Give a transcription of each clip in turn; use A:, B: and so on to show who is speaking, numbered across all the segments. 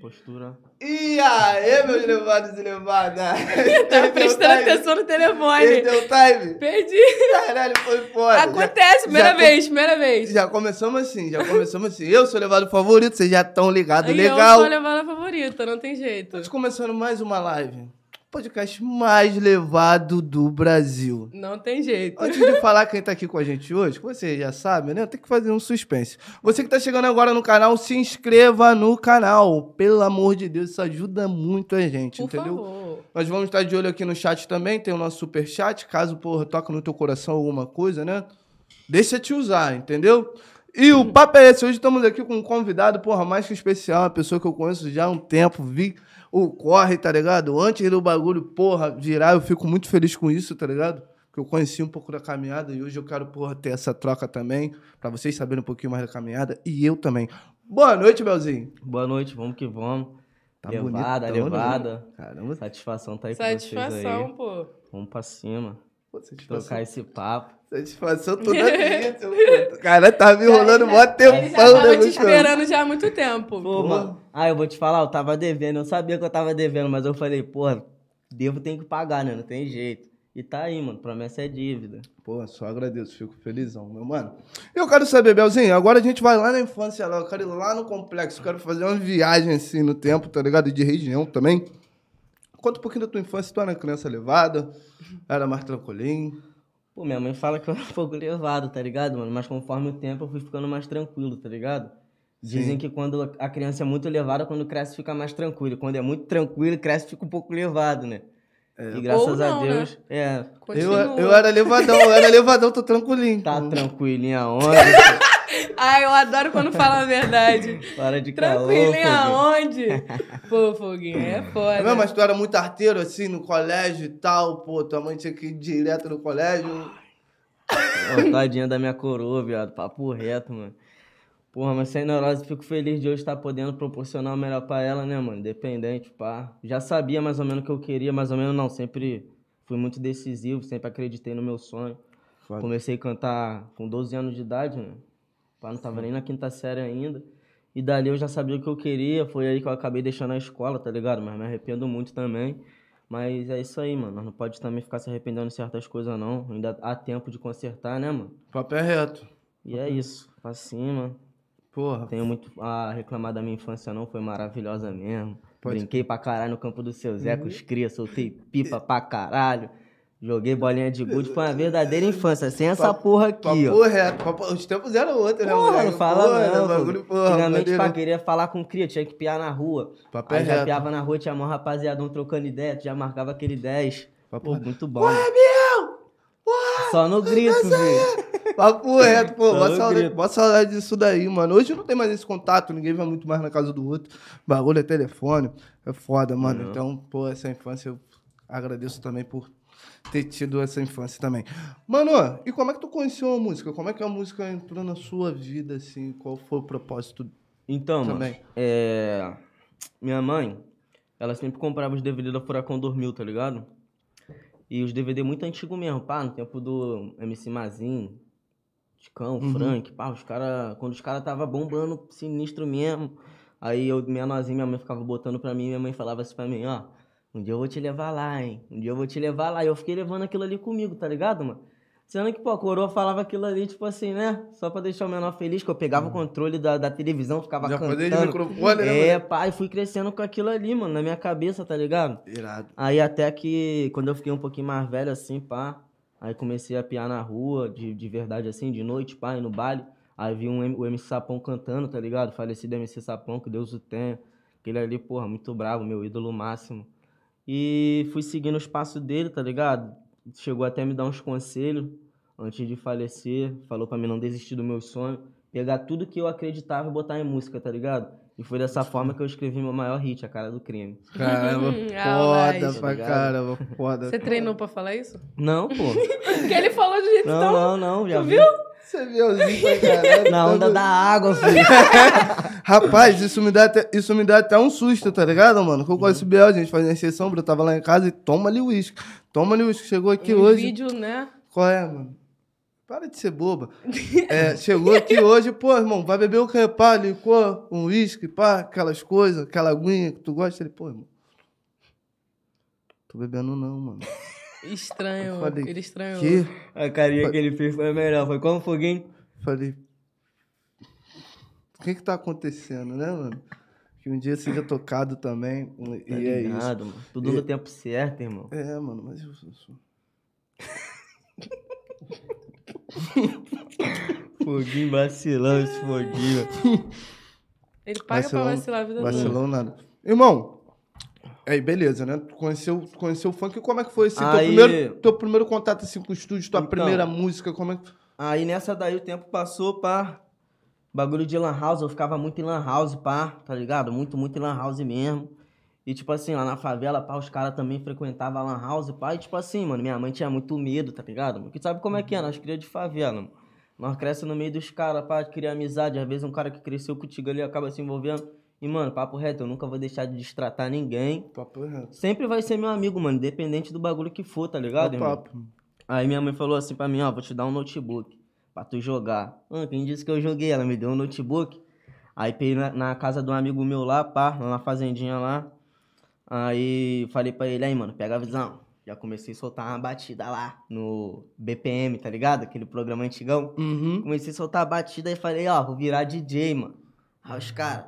A: Postura.
B: E aí, meus levados e levadas?
C: Tava
B: Perdeu o
C: prestando
B: time?
C: atenção no telefone.
B: Perdeu o time?
C: Perdi.
B: Caralho, foi fora.
C: Acontece, primeira
B: já-
C: vez, primeira vez.
B: Já começamos assim, já começamos assim. Eu sou o levado favorito, vocês já estão ligados,
C: E
B: tá legal.
C: Eu sou a levada favorita, não tem jeito.
B: Estamos começando mais uma live. O podcast mais levado do Brasil.
C: Não tem jeito.
B: Antes de falar quem tá aqui com a gente hoje, que vocês já sabem, né? Eu tenho que fazer um suspense. Você que tá chegando agora no canal, se inscreva no canal. Pelo amor de Deus, isso ajuda muito a gente,
C: Por
B: entendeu?
C: favor.
B: Nós vamos estar de olho aqui no chat também, tem o nosso super chat, caso porra toque no teu coração alguma coisa, né? Deixa te usar, entendeu? E
A: Hum.
B: o papo é esse, hoje estamos aqui com um convidado, porra, mais que especial, uma pessoa que eu conheço já há um tempo, vi o corre, tá ligado? Antes do bagulho, porra, virar, eu fico muito feliz com isso, tá ligado? Que eu conheci um pouco da caminhada e hoje eu quero, porra, ter essa troca também, pra vocês saberem um pouquinho mais da caminhada e eu também. Boa noite, Belzinho.
A: Boa noite, vamos que vamos.
B: Tá
A: levada,
B: bonitão, né?
A: levada.
B: Caramba,
A: Satisfação tá aí com vocês aí.
C: Satisfação, pô.
A: Vamos pra cima.
B: pô, satisfação.
A: Trocar esse papo.
B: Satisfação toda minha, seu puto. Caralho, tava me enrolando mó
C: Ele já
B: tempão, né,
C: tava te
B: Gustavo?
C: esperando já há muito tempo.
A: Pô, mano. Ah, eu vou te falar, eu tava devendo. Eu sabia que eu tava devendo, mas eu falei, porra, devo tem que pagar, né? Não tem jeito. E tá aí, mano. Promessa é dívida.
B: Pô, só agradeço, fico felizão, meu mano. Eu quero saber, Belzinho, agora a gente vai lá na infância, lá, eu quero ir lá no complexo, eu quero fazer uma viagem assim no tempo, tá ligado? E de região também. Conta um pouquinho da tua infância, tu era criança levada, era mais tranquilinho.
A: Pô, minha mãe fala que eu era um pouco levado, tá ligado, mano? Mas conforme o tempo eu fui ficando mais tranquilo, tá ligado? Dizem
B: Sim.
A: que quando a criança é muito levada, quando cresce fica mais tranquilo. Quando é muito tranquilo, cresce fica um pouco levado, né?
B: É.
A: E graças
C: Ou não,
A: a
C: né?
A: Deus, é,
B: Eu,
C: Continua.
B: eu era levadão, eu era levadão, tô tranquilinho.
A: tá tranquilinha aonde?
C: Ai, Ah, eu adoro quando fala a verdade.
A: Para de calor.
C: Tranquilinha
A: foguinho.
C: aonde? Pô, Foguinho, é foda.
B: É mesmo, mas tu era muito arteiro, assim, no colégio e tal, pô, tua mãe tinha que ir direto no colégio.
A: Ó, Tadinha da minha coroa, viado. Papo reto, mano. Porra, mas sem neurose, fico feliz de hoje estar podendo proporcionar o melhor pra ela, né, mano? Independente, pá. Já sabia mais ou menos o que eu queria, mais ou menos não. Sempre fui muito decisivo, sempre acreditei no meu sonho.
B: Foda.
A: Comecei a cantar com 12 anos de idade, né? Pá, não tava nem na quinta série ainda. E dali eu já sabia o que eu queria, foi aí que eu acabei deixando a escola, tá ligado? Mas me arrependo muito também. Mas é isso aí, mano. Nós não pode também ficar se arrependendo de certas coisas, não. Ainda há tempo de consertar, né, mano?
B: Papel é reto.
A: E
B: Uhum.
A: é isso. Pra cima.
B: Porra.
A: Tenho muito a reclamar da minha infância, não. Foi maravilhosa mesmo.
B: Pode- Uhum.
A: Brinquei pra caralho no campo do seu Zé com os cria, soltei pipa pra caralho. Joguei bolinha de gude. Foi uma verdadeira infância, sem essa
B: Papo-
A: porra aqui,
B: Papo
A: ó.
B: reto. Papo... é, Os tempos eram outros, né,
A: Porra,
B: moleque?
A: não fala
B: Porra, né,
A: não. mano.
B: bagulho, porra,
A: Antigamente,
B: maneiro. é,
A: pra querer falar com cria, tinha que piar na rua.
B: Papel
A: Aí já
B: reto.
A: piava na rua, tinha mó rapaziadão trocando ideia, tu já marcava aquele 10. Pô,
B: Papo,
A: muito bom. né? Só no grito, velho.
B: é Papo reto, pô.
A: Tá
B: Mó
A: no
B: saudade,
A: grito.
B: mó saudade disso daí, mano. Hoje não tem mais esse contato, ninguém vai muito mais na casa do outro. Bagulho é telefone. É foda, mano.
A: Não.
B: Então, pô, essa infância eu agradeço também por ter tido essa infância também. Mano, e como é que tu conheceu a música? Como é que a música entrou na sua vida, assim? Qual foi o propósito
A: Então, mano,
B: também?
A: é... minha mãe, ela sempre comprava os DVD da Furacão Dormiu, tá ligado? E os DVD muito antigo mesmo, pá, no tempo do MC Mazin, Chicão,
B: Uhum.
A: Frank, pá, os cara, quando os caras tava bombando sinistro mesmo, aí eu menorzinho, minha mãe ficava botando pra mim, minha mãe falava assim pra mim, ó, um dia eu vou te levar lá, hein? Um dia eu vou te levar lá. E eu fiquei levando aquilo ali comigo, tá ligado, mano? Sendo que, pô, a coroa falava aquilo ali, tipo assim, né? Só pra deixar o menor feliz, que eu pegava o controle da, da televisão, ficava
B: Uhum. Já foi desde o
A: cantando.
B: microfone, né,
A: É, pai, fui crescendo com aquilo ali, mano, na minha cabeça, tá ligado?
B: mano? Irado.
A: Aí até que, quando eu fiquei um pouquinho mais velho, assim, pá, aí comecei a piar na rua, de, de verdade, assim, de noite, pá, e no baile. Aí vi um, M- o MC Sapão cantando, tá ligado? Falecido MC Sapão, que Deus o tenha. Aquele ali, porra, muito bravo, meu ídolo máximo. E fui seguindo os passos dele, tá ligado? Chegou até a me dar uns conselhos antes de falecer. Falou pra mim não desistir do meu sonho. Pegar tudo que eu acreditava e botar em música, tá ligado? E foi dessa forma que eu escrevi meu maior hit, A Cara do Crime.
B: Caramba,
A: Uhum.
C: Ah,
B: foda
C: mas-
B: pra
A: Obrigado.
B: caramba, foda.
C: Você treinou pra falar isso?
A: Não, pô.
C: Porque ele falou de jeito tão...
A: Não, não, não, já
C: Então, tu
A: vi.
B: Você viu assim pra caramba.
A: Na onda da água, filho.
B: Rapaz, isso me, dá até, isso me dá até um susto, tá ligado, mano? Que eu
A: Uhum.
B: conheço o Biel, a gente fazia exceção, bro, eu tava lá em casa e toma ali o uísque. Toma ali o uísque, chegou aqui
C: um
B: hoje.
C: vídeo, né?
B: Qual é, mano? Para de ser boba. É, chegou aqui hoje, pô, irmão, vai beber o que? Pá, licor, um uísque, pá, aquelas coisas, aquela aguinha que tu gosta. Ele, pô, irmão, tô bebendo não, mano.
C: Estranho,
B: Eu falei,
C: ele
A: É,
C: estranhou.
B: Que?
A: A carinha que ele fez foi melhor. Foi como foguinho?
B: Falei, o que que tá acontecendo, né, mano? Que um dia seja tocado também. E
A: Tá
B: é isso.
A: ligado, mano. Tudo no tempo certo, irmão.
B: É, mano, mas eu sou. sou-
A: Foguinho vacilão esse foguinho.
C: Ele paga
B: um-
C: pra vacilar
A: Uhum.
C: a vida toda.
B: Vacilão nada. Irmão, aí beleza, né? Tu conheceu, tu conheceu o funk, como é que foi esse
A: Aí-
B: teu, primeiro, teu primeiro contato assim com o estúdio, tua
A: Então.
B: primeira música, como é que...
A: Aí nessa daí o tempo passou, pá. Bagulho de lan house, eu ficava muito em lan house, pá, tá ligado? Muito, muito em lan house mesmo. E tipo assim, lá na favela, pá, os caras também frequentavam a lan house, pá. E tipo assim, mano, minha mãe tinha muito medo, tá ligado? Porque sabe como é que é, nós cria de favela, mano. Nós crescemos no meio dos caras, pá, cria amizade. Às vezes um cara que cresceu contigo ali acaba se envolvendo. E, mano, papo reto, eu nunca vou deixar de destratar ninguém.
B: Papo reto.
A: Sempre vai ser meu amigo, mano, independente do bagulho que for, tá ligado,
B: É o
A: irmão?
B: papo.
A: Aí minha mãe falou assim pra mim, ó, vou te dar um notebook pra tu jogar. Ah, quem disse que eu joguei? Ela me deu um notebook. Aí peguei na, na casa de um amigo meu lá, pá, lá na fazendinha lá. Aí falei pra ele, aí, mano, pega a visão. Já comecei a soltar uma batida lá no BPM, tá ligado? Aquele programa antigão.
B: Uhum.
A: Comecei a soltar a batida e falei, ó, vou virar DJ, mano. Aí os caras,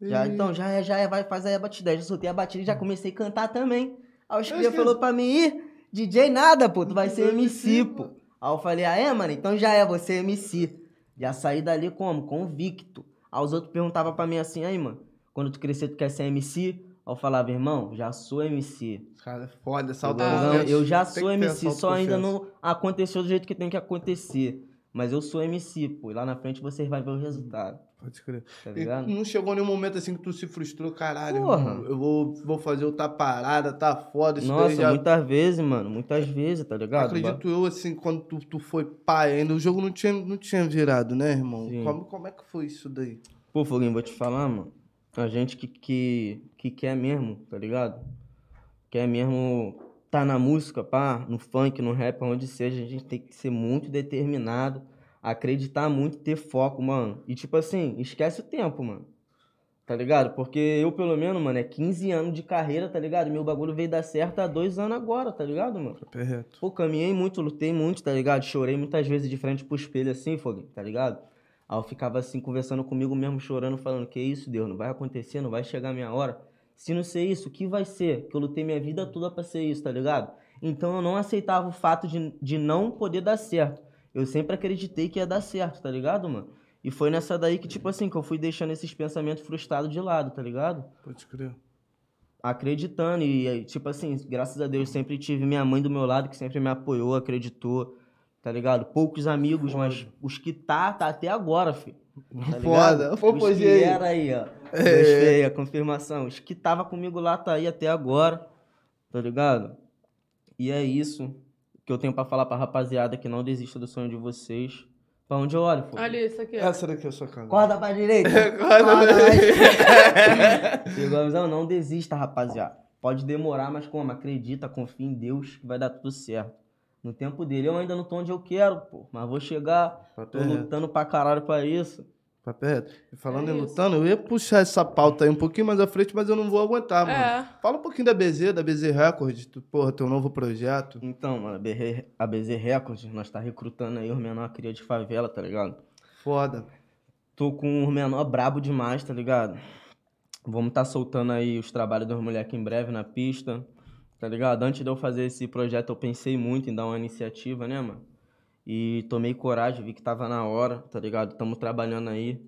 A: já, então,
B: Hum.
A: já é, já é, vai fazer a batida. Aí Já soltei a batida e já comecei a cantar também. Aí o Chiquinho
B: que-
A: falou pra mim, Ih, DJ nada, pô, tu vai ser
B: Vai
A: MC,
B: MC,
A: pô.
B: pô.
A: Aí eu falei, ah é, mano, então já é, você é MC. Já saí dali como? Convicto. Aí os outros perguntavam pra mim assim, aí, mano, quando tu crescer tu quer ser MC? Aí eu falava, irmão, já sou MC.
B: Cara, é foda,
A: Não,
B: saudade.
A: Então, eu já
B: Tem que
A: sou
B: ter
A: MC,
B: essa
A: só ainda
B: autoconfiança.
A: não aconteceu do jeito que tem que acontecer. Mas eu sou MC, pô, e lá na frente vocês vão ver o resultado,
B: Pode crer.
A: tá
B: E
A: ligado?
B: não chegou nenhum momento assim que tu se frustrou, caralho,
A: Porra.
B: irmão, eu vou, vou fazer outra parada, tá foda, isso
A: Nossa,
B: daí já...
A: muitas vezes, mano. Muitas vezes, tá ligado?
B: Acredito eu, assim, quando tu, tu foi pai ainda, o jogo não tinha, não tinha virado, né, irmão?
A: Sim.
B: Como, como é que foi isso daí?
A: Pô, Foguinho, vou te falar, mano. A gente que, que, que quer mesmo, tá ligado? Quer mesmo tá na música, pá, no funk, no rap, onde seja, a gente tem que ser muito determinado, acreditar muito, ter foco, mano. E tipo assim, esquece o tempo, mano. Tá ligado? Porque eu, pelo menos, mano, é 15 anos de carreira, tá ligado? Meu bagulho veio dar certo há dois anos agora, tá ligado, mano?
B: Perreto.
A: Pô, caminhei muito, lutei muito, tá ligado? Chorei muitas vezes de frente pro espelho assim, Foguinho, tá ligado? Aí eu ficava assim, conversando comigo mesmo, chorando, falando, que isso, Deus, não vai acontecer, não vai chegar a minha hora. Se não ser isso, o que vai ser? Que eu lutei minha vida toda pra ser isso, tá ligado? Então eu não aceitava o fato de, de não poder dar certo. Eu sempre acreditei que ia dar certo, tá ligado, mano? E foi nessa daí que, tipo assim, que eu fui deixando esses pensamentos frustrados de lado, tá ligado?
B: Pode crer.
A: acreditando e aí, tipo assim, graças a Deus sempre tive minha mãe do meu lado que sempre me apoiou, acreditou, tá ligado? Poucos amigos, mas os que tá tá até agora, filho. Tá
B: Foda.
A: ligado?
B: Pô,
A: os
B: pois
A: que
B: e aí?
A: era aí, ó.
B: É.
A: Gostei, a confirmação. Os que tava comigo lá tá aí até agora. Tá ligado? E é isso que eu tenho pra falar pra rapaziada que não desista do sonho de vocês. Pra onde eu olho, pô?
C: Olha isso aqui, ó.
B: um- Essa daqui é a sua casa.
A: Acorda pra direita.
B: Acorda pra
A: Pegou a visão? Não desista, rapaziada. Pode demorar, mas como? Acredita, confia em Deus que vai dar tudo certo. No tempo dele, eu ainda não tô onde eu quero, pô. Mas vou chegar, tô
B: Papel reto.
A: lutando pra caralho pra isso.
B: Papo reto. E falando
C: É
B: em
C: isso.
B: lutando, eu ia puxar essa pauta aí um pouquinho mais à frente, mas eu não vou aguentar, mano.
C: É.
B: Fala um pouquinho da BZ, da BZ Records, tu, porra, teu novo projeto.
A: Então, mano, a BR a BZ Records, nós tá recrutando aí os menor cria de favela, tá ligado?
B: Foda.
A: Tô com os menor brabo demais, tá ligado? Vamos tá soltando aí os trabalhos dos moleques em breve na pista, tá ligado? Antes de eu fazer esse projeto, eu pensei muito em dar uma iniciativa, né, mano? E tomei coragem, vi que tava na hora, tá ligado? Tamo trabalhando aí.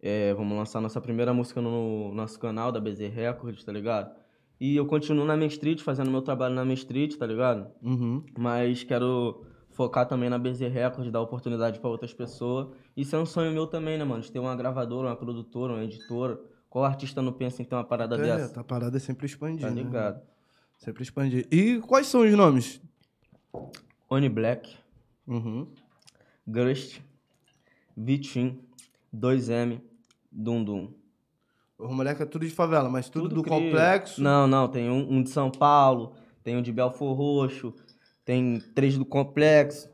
A: É, vamos lançar nossa primeira música no nosso canal da BZ Records, tá ligado? E eu continuo na Main Street, fazendo meu trabalho na Main Street, tá ligado?
B: Uhum.
A: Mas quero focar também na BZ Records, dar oportunidade pra outras pessoas. Isso é um sonho meu também, né, mano? De ter uma gravadora, uma produtora, uma editora. Qual artista não pensa em ter uma parada
B: É,
A: dessa?
B: tá parada é sempre expandir.
A: Tá
B: né?
A: ligado?
B: Sempre expandir. E quais são os nomes?
A: Oni Black,
B: Uhum.
A: Grust, Vitim, 2M, Dundum.
B: Os moleques é tudo de favela, mas tudo, do
A: cria.
B: complexo.
A: Não, não. Tem um, um de São Paulo, tem um de Belfor Roxo, tem três do Complexo.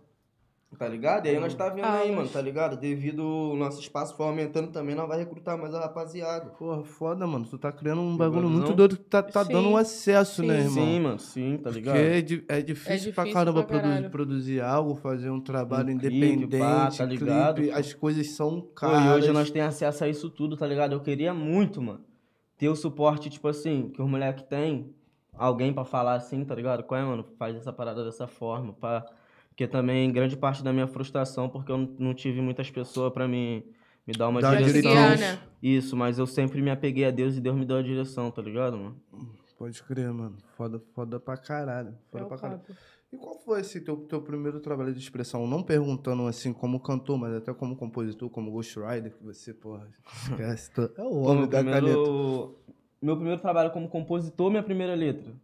A: Tá ligado? E aí nós tá vendo aí,
C: Ah,
A: mano,
C: mas-
A: tá ligado? Devido o nosso espaço for aumentando também, nós vai recrutar mais a rapaziada.
B: Porra, foda, mano. Tu tá criando um
A: Tem
B: bagulho
A: previsão?
B: muito doido que tá, tá
C: Sim.
B: dando um acesso, né,
C: Sim.
B: irmão?
A: Sim, mano, sim, tá ligado?
B: Porque é, di- é difícil, pra
C: difícil
B: caramba
C: pra
B: produ-
C: caralho.
B: produzir, algo, fazer um trabalho
A: Um clipe,
B: independente,
A: pá, tá ligado,
B: clipe,
A: pô.
B: as coisas são
A: Pô,
B: caras.
A: e hoje nós temos acesso a isso tudo, tá ligado? Eu queria muito, mano, ter o suporte, tipo assim, que os moleques têm, alguém pra falar assim, tá ligado? Qual é, mano? Faz essa parada dessa forma, pá. Porque também grande parte da minha frustração, porque eu não- não tive muitas pessoas pra me, me dar uma
B: Dá
C: Pra
A: direção.
C: guiar, né?
A: Isso, mas eu sempre me apeguei a Deus e Deus me deu a direção, tá ligado, mano?
B: Pode crer, mano. Foda, foda pra caralho.
C: É
B: Foda
C: o
B: pra caralho.
C: papo.
B: E qual foi esse teu, teu primeiro trabalho de expressão? Não perguntando assim como cantor, mas até como compositor, como Ghost Rider, que você, porra, esquece. to- É o
A: Pô,
B: homem
A: meu,
B: da caneta.
A: primeiro, meu primeiro trabalho como compositor, minha primeira letra.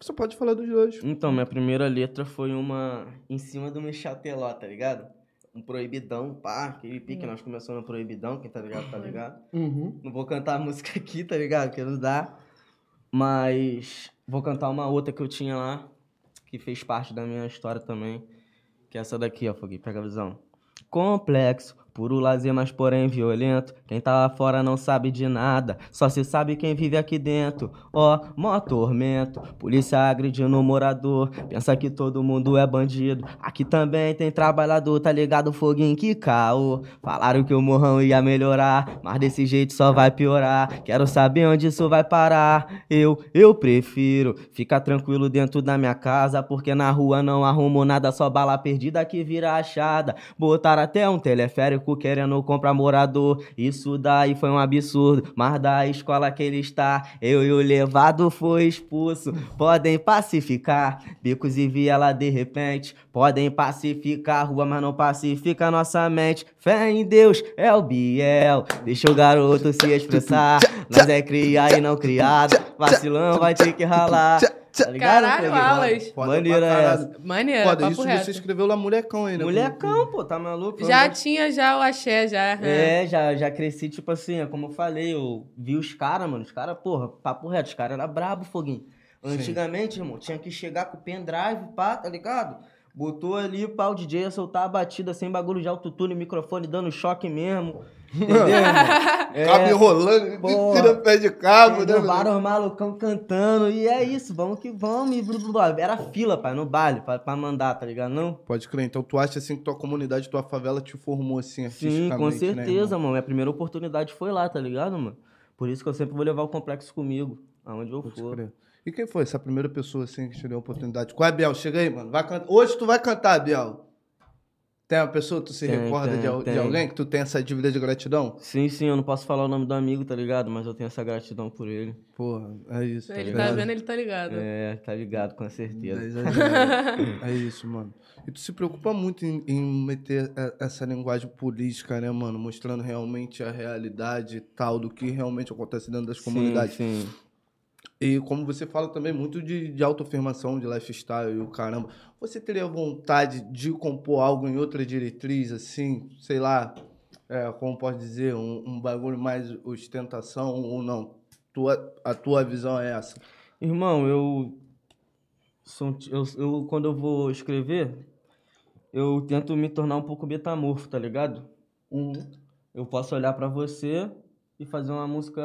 B: Você pode falar dos dois.
A: Então, minha primeira letra foi uma em cima do meu chateló, tá ligado? Um proibidão, pá, aquele pique,
C: Hum.
A: nós começamos no proibidão, quem tá ligado, tá ligado?
B: Uhum.
A: Não vou cantar a música aqui, tá ligado? Porque não dá. Mas vou cantar uma outra que eu tinha lá, que fez parte da minha história também. Que é essa daqui, ó, Foguinho. Pega a visão. Complexo, puro lazer, mas porém violento. Quem tá lá fora não sabe de nada, só se sabe quem vive aqui dentro. Ó, mó tormento, polícia agredindo o morador. Pensa que todo mundo é bandido. Aqui também tem trabalhador, tá ligado? Foguinho que caô. Falaram que o morrão ia melhorar, mas desse jeito só vai piorar. Quero saber onde isso vai parar. Eu, eu prefiro ficar tranquilo dentro da minha casa, porque na rua não arrumo nada, só bala perdida que vira achada. Botaram até um teleférico querendo comprar morador. Isso daí foi um absurdo, mas da escola que ele está, eu e o levado foi expulso. Podem pacificar, bicos e viela de repente. Podem pacificar a rua, mas não pacifica a nossa mente. Fé em Deus é o Biel, deixa o garoto se expressar. Nós é cria e não criado, vacilão vai ter que ralar. Tá ligado,
C: Caralho,
A: Felipe?
C: Alas.
B: Foda
A: Maneira
B: pra
A: é
B: caralho.
A: essa.
C: Maneiro,
B: Foda,
C: papo
B: isso
C: reto.
B: você escreveu lá molecão ainda. né?
A: Molecão, pô, tá maluco? Eu
C: Já
A: não-
C: tinha já o axé, já. né?
A: É, já, já cresci, tipo assim, é como eu falei, eu vi os caras, mano, os caras, porra, papo reto, os caras eram brabo, Foguinho.
B: Sim.
A: Antigamente, irmão, tinha que chegar com o pendrive, pá, tá ligado? Botou ali, pá, o DJ ia soltar a batida sem bagulho de autotune, microfone dando choque mesmo, entendeu, irmão? É,
B: Cabo enrolando,
A: Porra.
B: tira pé de cabo, né?
A: entendeu? Vários malucão cantando, e é isso, vamos que vamos, e blá, blá, blá. Era fila, pai, no baile, pra, pra mandar, tá ligado, não?
B: Pode crer, então tu acha assim que tua comunidade, tua favela te formou assim
A: Sim,
B: artisticamente,
A: com
B: né,
A: certeza,
B: irmão?
A: mano. Minha primeira oportunidade foi lá, tá ligado, mano? Por isso que eu sempre vou levar o complexo comigo, aonde eu
B: Pode
A: for.
B: crer. E quem foi essa primeira pessoa assim que te deu a oportunidade? Qual é, Biel? Chega aí, mano. Vai cantar. Hoje tu vai cantar, Biel. Tem uma pessoa que tu se
A: Tem,
B: recorda de,
A: tem,
B: al- de
A: tem.
B: alguém que tu tem essa dívida de gratidão?
A: Sim, sim, eu não posso falar o nome do amigo, tá ligado? Mas eu tenho essa gratidão por ele.
B: Porra, é isso.
C: Ele tá
B: ligado?
C: vendo, ele tá ligado.
A: É, tá ligado, com certeza.
B: É, é isso, mano. E tu se preocupa muito em, em meter é, essa linguagem política, né, mano? Mostrando realmente a realidade e tal do que realmente acontece dentro das comunidades.
A: Sim, sim.
B: E como você fala também muito de, de autoafirmação, de lifestyle e o caramba. Você teria vontade de compor algo em outra diretriz, assim, sei lá, é, como pode dizer, um, um bagulho mais ostentação ou não? Tua, a tua visão é essa.
A: Irmão, eu, sou um ti- eu, eu. Quando eu vou escrever, eu tento me tornar um pouco metamorfo, tá ligado?
B: Um
A: Eu posso olhar pra você e fazer uma música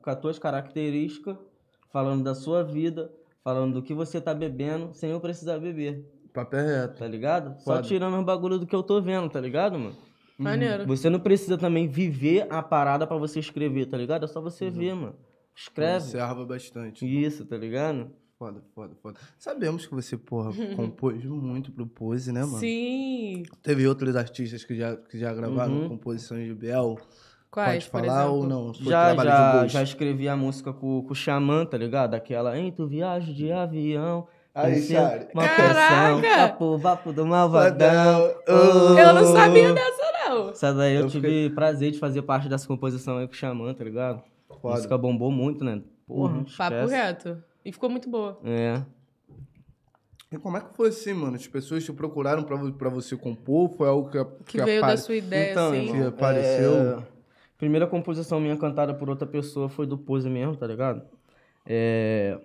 A: com as tuas características, falando da sua vida, falando do que você tá bebendo, sem eu precisar beber,
B: Papel reto.
A: tá ligado? Só
B: Foda.
A: tirando os bagulho do que eu tô vendo, tá ligado, mano?
C: Maneiro.
B: Uhum.
A: Você não precisa também viver a parada pra você escrever, tá ligado? É só você ver, mano. Escreve.
B: Observa bastante.
A: Isso, tá ligado?
B: Foda, foda, foda. Sabemos que você, porra, compôs muito pro Pose, né, mano?
C: Sim.
B: Teve outros artistas que já, que já gravaram
A: Uhum.
B: composições de Biel.
C: Quais,
B: Pode
C: por
B: falar
C: exemplo?
B: ou não? Foi
A: Já,
B: trabalho de
A: já,
B: gosto.
A: já escrevi a música com, com o Xamã, tá ligado? Aquela, hein, tu viaja de avião.
B: Aí,
A: conheceu
B: Charlie.
A: Uma
C: Caraca!
A: Caraca! Vapo, vapo do malvadão.
B: Oh.
C: Eu não sabia dessa, não.
A: Essa daí eu,
B: Eu
A: tive prazer de fazer parte dessa composição aí com o Xamã, tá ligado? A
B: Foda.
A: música bombou muito, né? Porra,
B: Uhum.
A: esquece.
C: Papo reto. E ficou muito boa.
A: É.
B: E como é que foi assim, mano? As pessoas te procuraram pra, vo- pra você compor? Foi algo que, a-
C: Que, veio
B: apare-
C: da sua ideia,
A: Então,
C: assim.
A: irmão,
B: Que apareceu.
A: é, Primeira composição minha cantada por outra pessoa foi do Pose mesmo, tá ligado? É,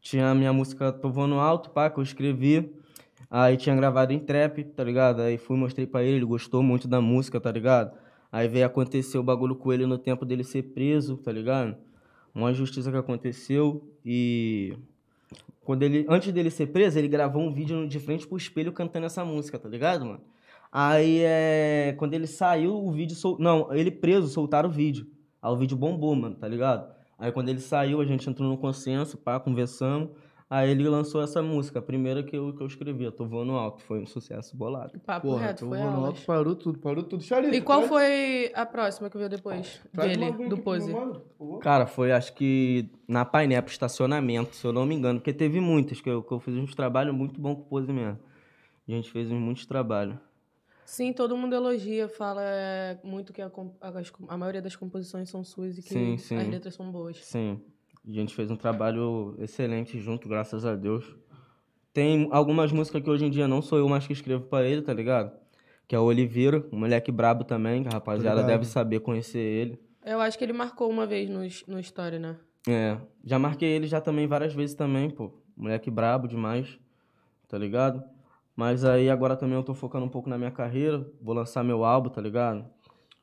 A: Tinha a minha música Tô Voando Alto, pá, que eu escrevi. Aí tinha gravado em trap, tá ligado? Aí fui, mostrei pra ele, ele gostou muito da música, tá ligado? Aí veio acontecer o bagulho com ele no tempo dele ser preso, tá ligado? Uma injustiça que aconteceu e. Quando ele, antes dele ser preso, ele gravou um vídeo de frente pro espelho cantando essa música, tá ligado, mano? Aí é. Quando ele saiu, o vídeo. Sol... Não, ele preso, soltaram o vídeo. Aí o vídeo bombou, mano, tá ligado? Aí quando ele saiu, a gente entrou no consenso, pá, conversamos. Aí ele lançou essa música, a primeira que eu, que eu escrevi, eu Tô Voando Alto. Foi um sucesso bolado.
C: Papo
B: Porra,
C: reto,
B: então
C: foi
B: o Mano
C: aulas.
B: Alto parou tudo, parou tudo. Charito,
C: E qual
B: traz-
C: foi a próxima que veio depois
B: traz uma
C: dele,
B: aguinha
C: do
B: aqui pro meu
C: Pose?
B: mano, por favor.
A: Cara, foi acho que na Painep, estacionamento, se eu não me engano, porque teve muitas, que eu, que eu fiz uns trabalhos muito bons com o Pose mesmo. A gente fez uns muitos trabalhos.
C: Sim, todo mundo elogia, fala é, muito que a, com- as com- a maioria das composições são suas e que
A: Sim, sim.
C: as letras são boas.
A: Sim, a gente fez um trabalho excelente junto, graças a Deus. Tem algumas músicas que hoje em dia não sou eu mais que escrevo pra ele, tá ligado? Que é o Oliveira, um moleque brabo também, que a rapaziada
B: ligado.
A: deve saber conhecer ele.
C: Eu acho que ele marcou uma vez no, no Story, né?
A: É, já marquei ele já também várias vezes também, pô. Moleque brabo demais, tá ligado? Mas aí agora também eu tô focando um pouco na minha carreira, vou lançar meu álbum, tá ligado?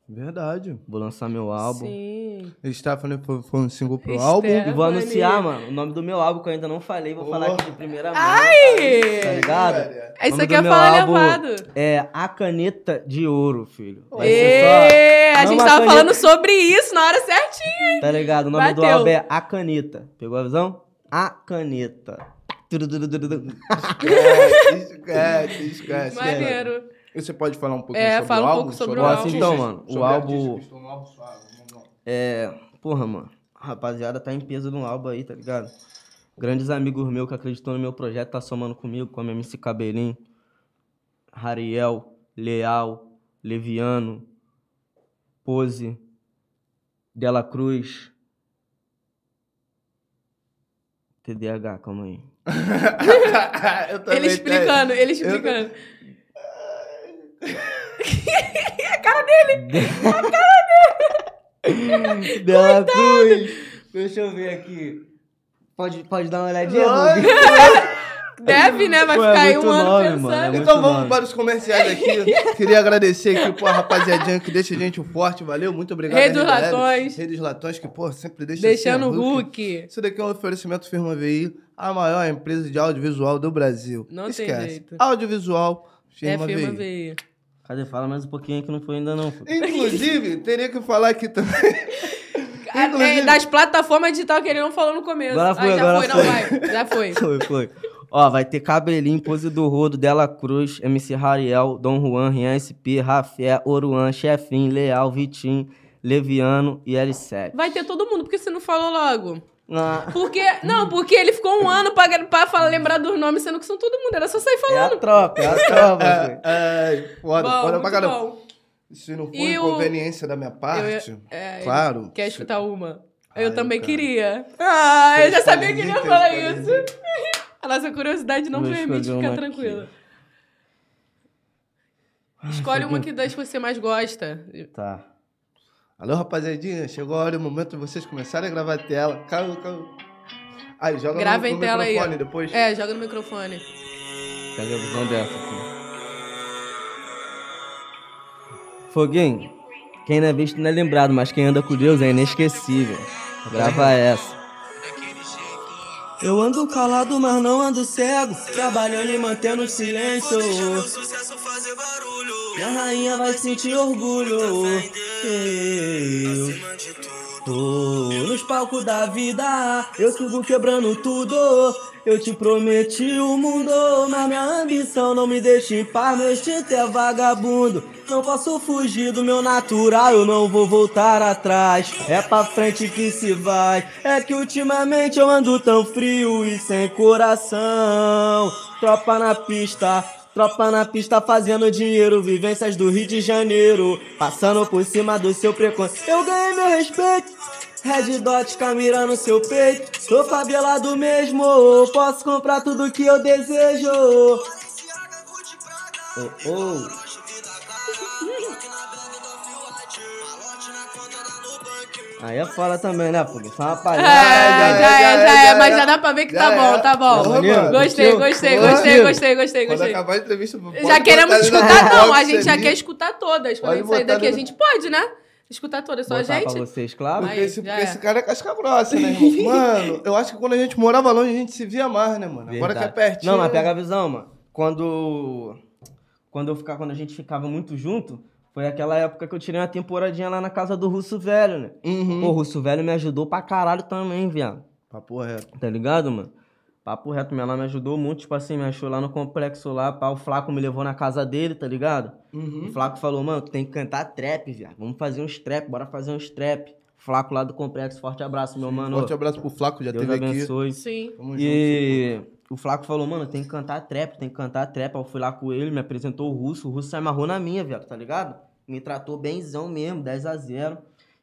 B: Verdade.
A: Vou lançar meu álbum.
C: Sim.
B: Stephanie foi, foi um single pro
C: Steph-
B: álbum.
A: E vou
C: Mano,
A: anunciar, mano, o nome do meu álbum que eu ainda não falei, vou falar aqui de primeira mão. Tá ligado?
C: É isso
A: Nome
C: aqui
A: do
C: é
A: meu
C: fala
A: álbum
C: elevado.
A: É a caneta de ouro, filho. Vai ser
C: Ê, a
A: Não
C: gente
A: uma
C: tava
A: caneta.
C: falando sobre isso na hora certinha.
A: só. Tá ligado? O nome do
C: Bateu.
A: álbum é A Caneta. Pegou a visão? A Caneta. Turudurudurudu.
B: Esquece, É, esquece, esquece.
C: Maneiro.
B: E Você pode falar um pouquinho
C: É,
B: sobre
C: fala
B: o
C: um
B: álbum?
C: pouco sobre
A: o
B: os
A: álbum.
B: artistas,
A: Então, mano, o
B: sobre artistas
A: álbum-
B: que estão no álbum, ah, vamos lá.
A: É. Porra, mano. A rapaziada tá em peso no álbum aí, tá ligado? Grandes amigos meus que acreditam no meu projeto tá somando comigo, como MC Cabelinho, Rariel, Leal, Leviano, Pose, Dela Cruz. TDAH, calma aí.
B: Eu também
C: Ele
B: tenho.
C: explicando, ele
B: Eu-
C: explicando.
A: Dela Cruz. Deixa eu ver aqui. Pode, pode dar uma olhadinha,
B: Ai,
A: Rubi?
C: Deve, né? Vai
A: Pô, é
C: ficar aí um
A: muito
C: ano
A: nome,
C: pensando.
A: mano, é muito
B: Então vamos
A: nome.
B: para os comerciais aqui. Queria agradecer aqui, pô, a rapaziadinha que deixa a gente forte. Valeu, muito obrigado.
C: Rei dos
B: RBL.
C: Latões.
B: Rei dos Latões, que, pô, sempre deixa
C: Deixando o
B: assim, a
C: Hulk.
B: Isso daqui é um oferecimento firma VI, a maior empresa de audiovisual do Brasil.
C: Não tem
B: Esquece.
C: jeito.
B: Audiovisual, firma,
C: é, firma
B: VI.
C: veio.
A: Cadê? Fala mais um pouquinho que não foi ainda não. filho.
B: Inclusive, teria que falar aqui também.
C: Ah,
B: Inclusive-
C: é, das plataformas digital que ele não falou no começo.
A: Agora foi,
C: ah, já
A: agora
C: foi, não
A: foi.
C: vai. Já foi.
A: Foi, foi. Ó, vai ter Cabelinho, Pose do Rodo, Dela Cruz, MC Rariel, Dom Juan, Rian SP, Rafé, Oruan, Chefim, Leal, Vitinho, Leviano e L7.
C: Vai ter todo mundo, porque você não falou logo.
A: Ah,
C: Porque, não, porque ele ficou um ano pra, pra falar, lembrar dos nomes, sendo que são todo mundo. Era só sair
A: é a
C: falando.
A: tropa, é a tropa, filho.
B: Ai, foda,
C: é, Bom,
B: foda
C: muito
B: pra caramba.
C: bom.
B: Se não for
C: E o-
B: inconveniência da minha parte,
C: É,
B: claro.
C: Quer
B: se-
C: escutar uma?
B: Ai,
C: eu também
B: cara.
C: queria. Ah, eu já
B: Vocês
C: sabia que ele ia
B: podem
C: falar
B: ter
C: isso. A nossa curiosidade não
A: Vou
C: permite
A: escolher
C: ficar
A: uma
C: tranquila. Escolhe uma que das que você mais gosta.
A: Tá.
B: Alô, rapaziadinha, chegou a hora e o momento de vocês começarem a gravar a tela. Calma, calma. Aí, joga
C: Grava
B: no,
C: em
B: no
C: tela aí,
B: microfone
C: ó.
B: depois.
C: É, joga no microfone.
A: Cadê a visão dessa aqui? Foguinho, quem não é visto não é lembrado, mas quem anda com Deus é inesquecível. Grava essa. Eu ando calado, mas não ando cego. Trabalhando e mantendo o silêncio. Minha rainha vai sentir orgulho. Eu tô nos palcos da vida. Eu subo quebrando tudo. Eu te prometi o mundo, mas minha ambição não me deixa em paz. Meu instinto é vagabundo. Não posso fugir do meu natural, eu não vou voltar atrás. É pra frente que se vai. É que ultimamente eu ando tão frio e sem coração. Tropa na pista, Tropa na pista fazendo dinheiro, vivências do Rio de Janeiro, passando por cima do seu preconceito. Eu ganhei meu respeito, Red Dot camira no seu peito. Tô favelado mesmo, posso comprar tudo que eu desejo. Oh, oh. Aí é fala também, né, pô? Só uma palhaça.
C: É, já é, já é, mas já dá pra ver que
B: Já
C: tá
B: é.
C: bom, tá bom.
B: Porra, mano.
C: Gostei,
A: Curtiu?
C: gostei,
B: Porra.
C: gostei, gostei, gostei,
B: Quando
C: gostei.
B: acabar a entrevista, pode
C: assim, Já
B: botar
C: queremos
B: ele no
C: escutar, não. A
B: box
C: gente já
B: ali,
C: quer escutar todas. Quando
B: Pode
C: a gente sair
B: botar
C: daqui, a
B: no-
C: gente pode, né? Escutar todas, só a
A: Botar pra
C: gente.
A: vocês, claro.
B: Ah, Porque,
C: Aí,
B: esse,
C: já
B: porque
C: é.
B: esse cara é casca grossa, né, irmão? Mano, eu acho que quando a gente morava longe, a gente se via mais, né, mano? Agora que é
A: Verdade.
B: pertinho.
A: Não, mas pega a visão, mano. Quando. Quando, eu ficar, quando a gente ficava muito junto, foi aquela época que eu tirei uma temporadinha lá na casa do Russo Velho, né?
B: Uhum.
A: Pô, o Russo Velho me ajudou pra caralho também, viado.
B: Papo reto.
A: Tá ligado, mano? Papo reto, minha lá me ajudou muito, tipo assim, me achou lá no complexo lá, pá, o Flaco me levou na casa dele, tá ligado? O
B: Uhum.
A: Flaco falou, mano, tu tem que cantar trap, viado. Vamos fazer uns trap, bora fazer uns trap. Flaco lá do complexo, forte abraço, meu mano.
B: Forte abraço pro Flaco, já
A: Deus
B: teve aqui.
A: abençoe.
C: Sim.
B: Tamo
A: E o Flaco falou, mano, tem que cantar trap, tem que cantar trap. Aí eu fui lá com ele, me apresentou o russo, o russo se amarrou na minha, viado, tá ligado? Me tratou benzão mesmo, 10 a 0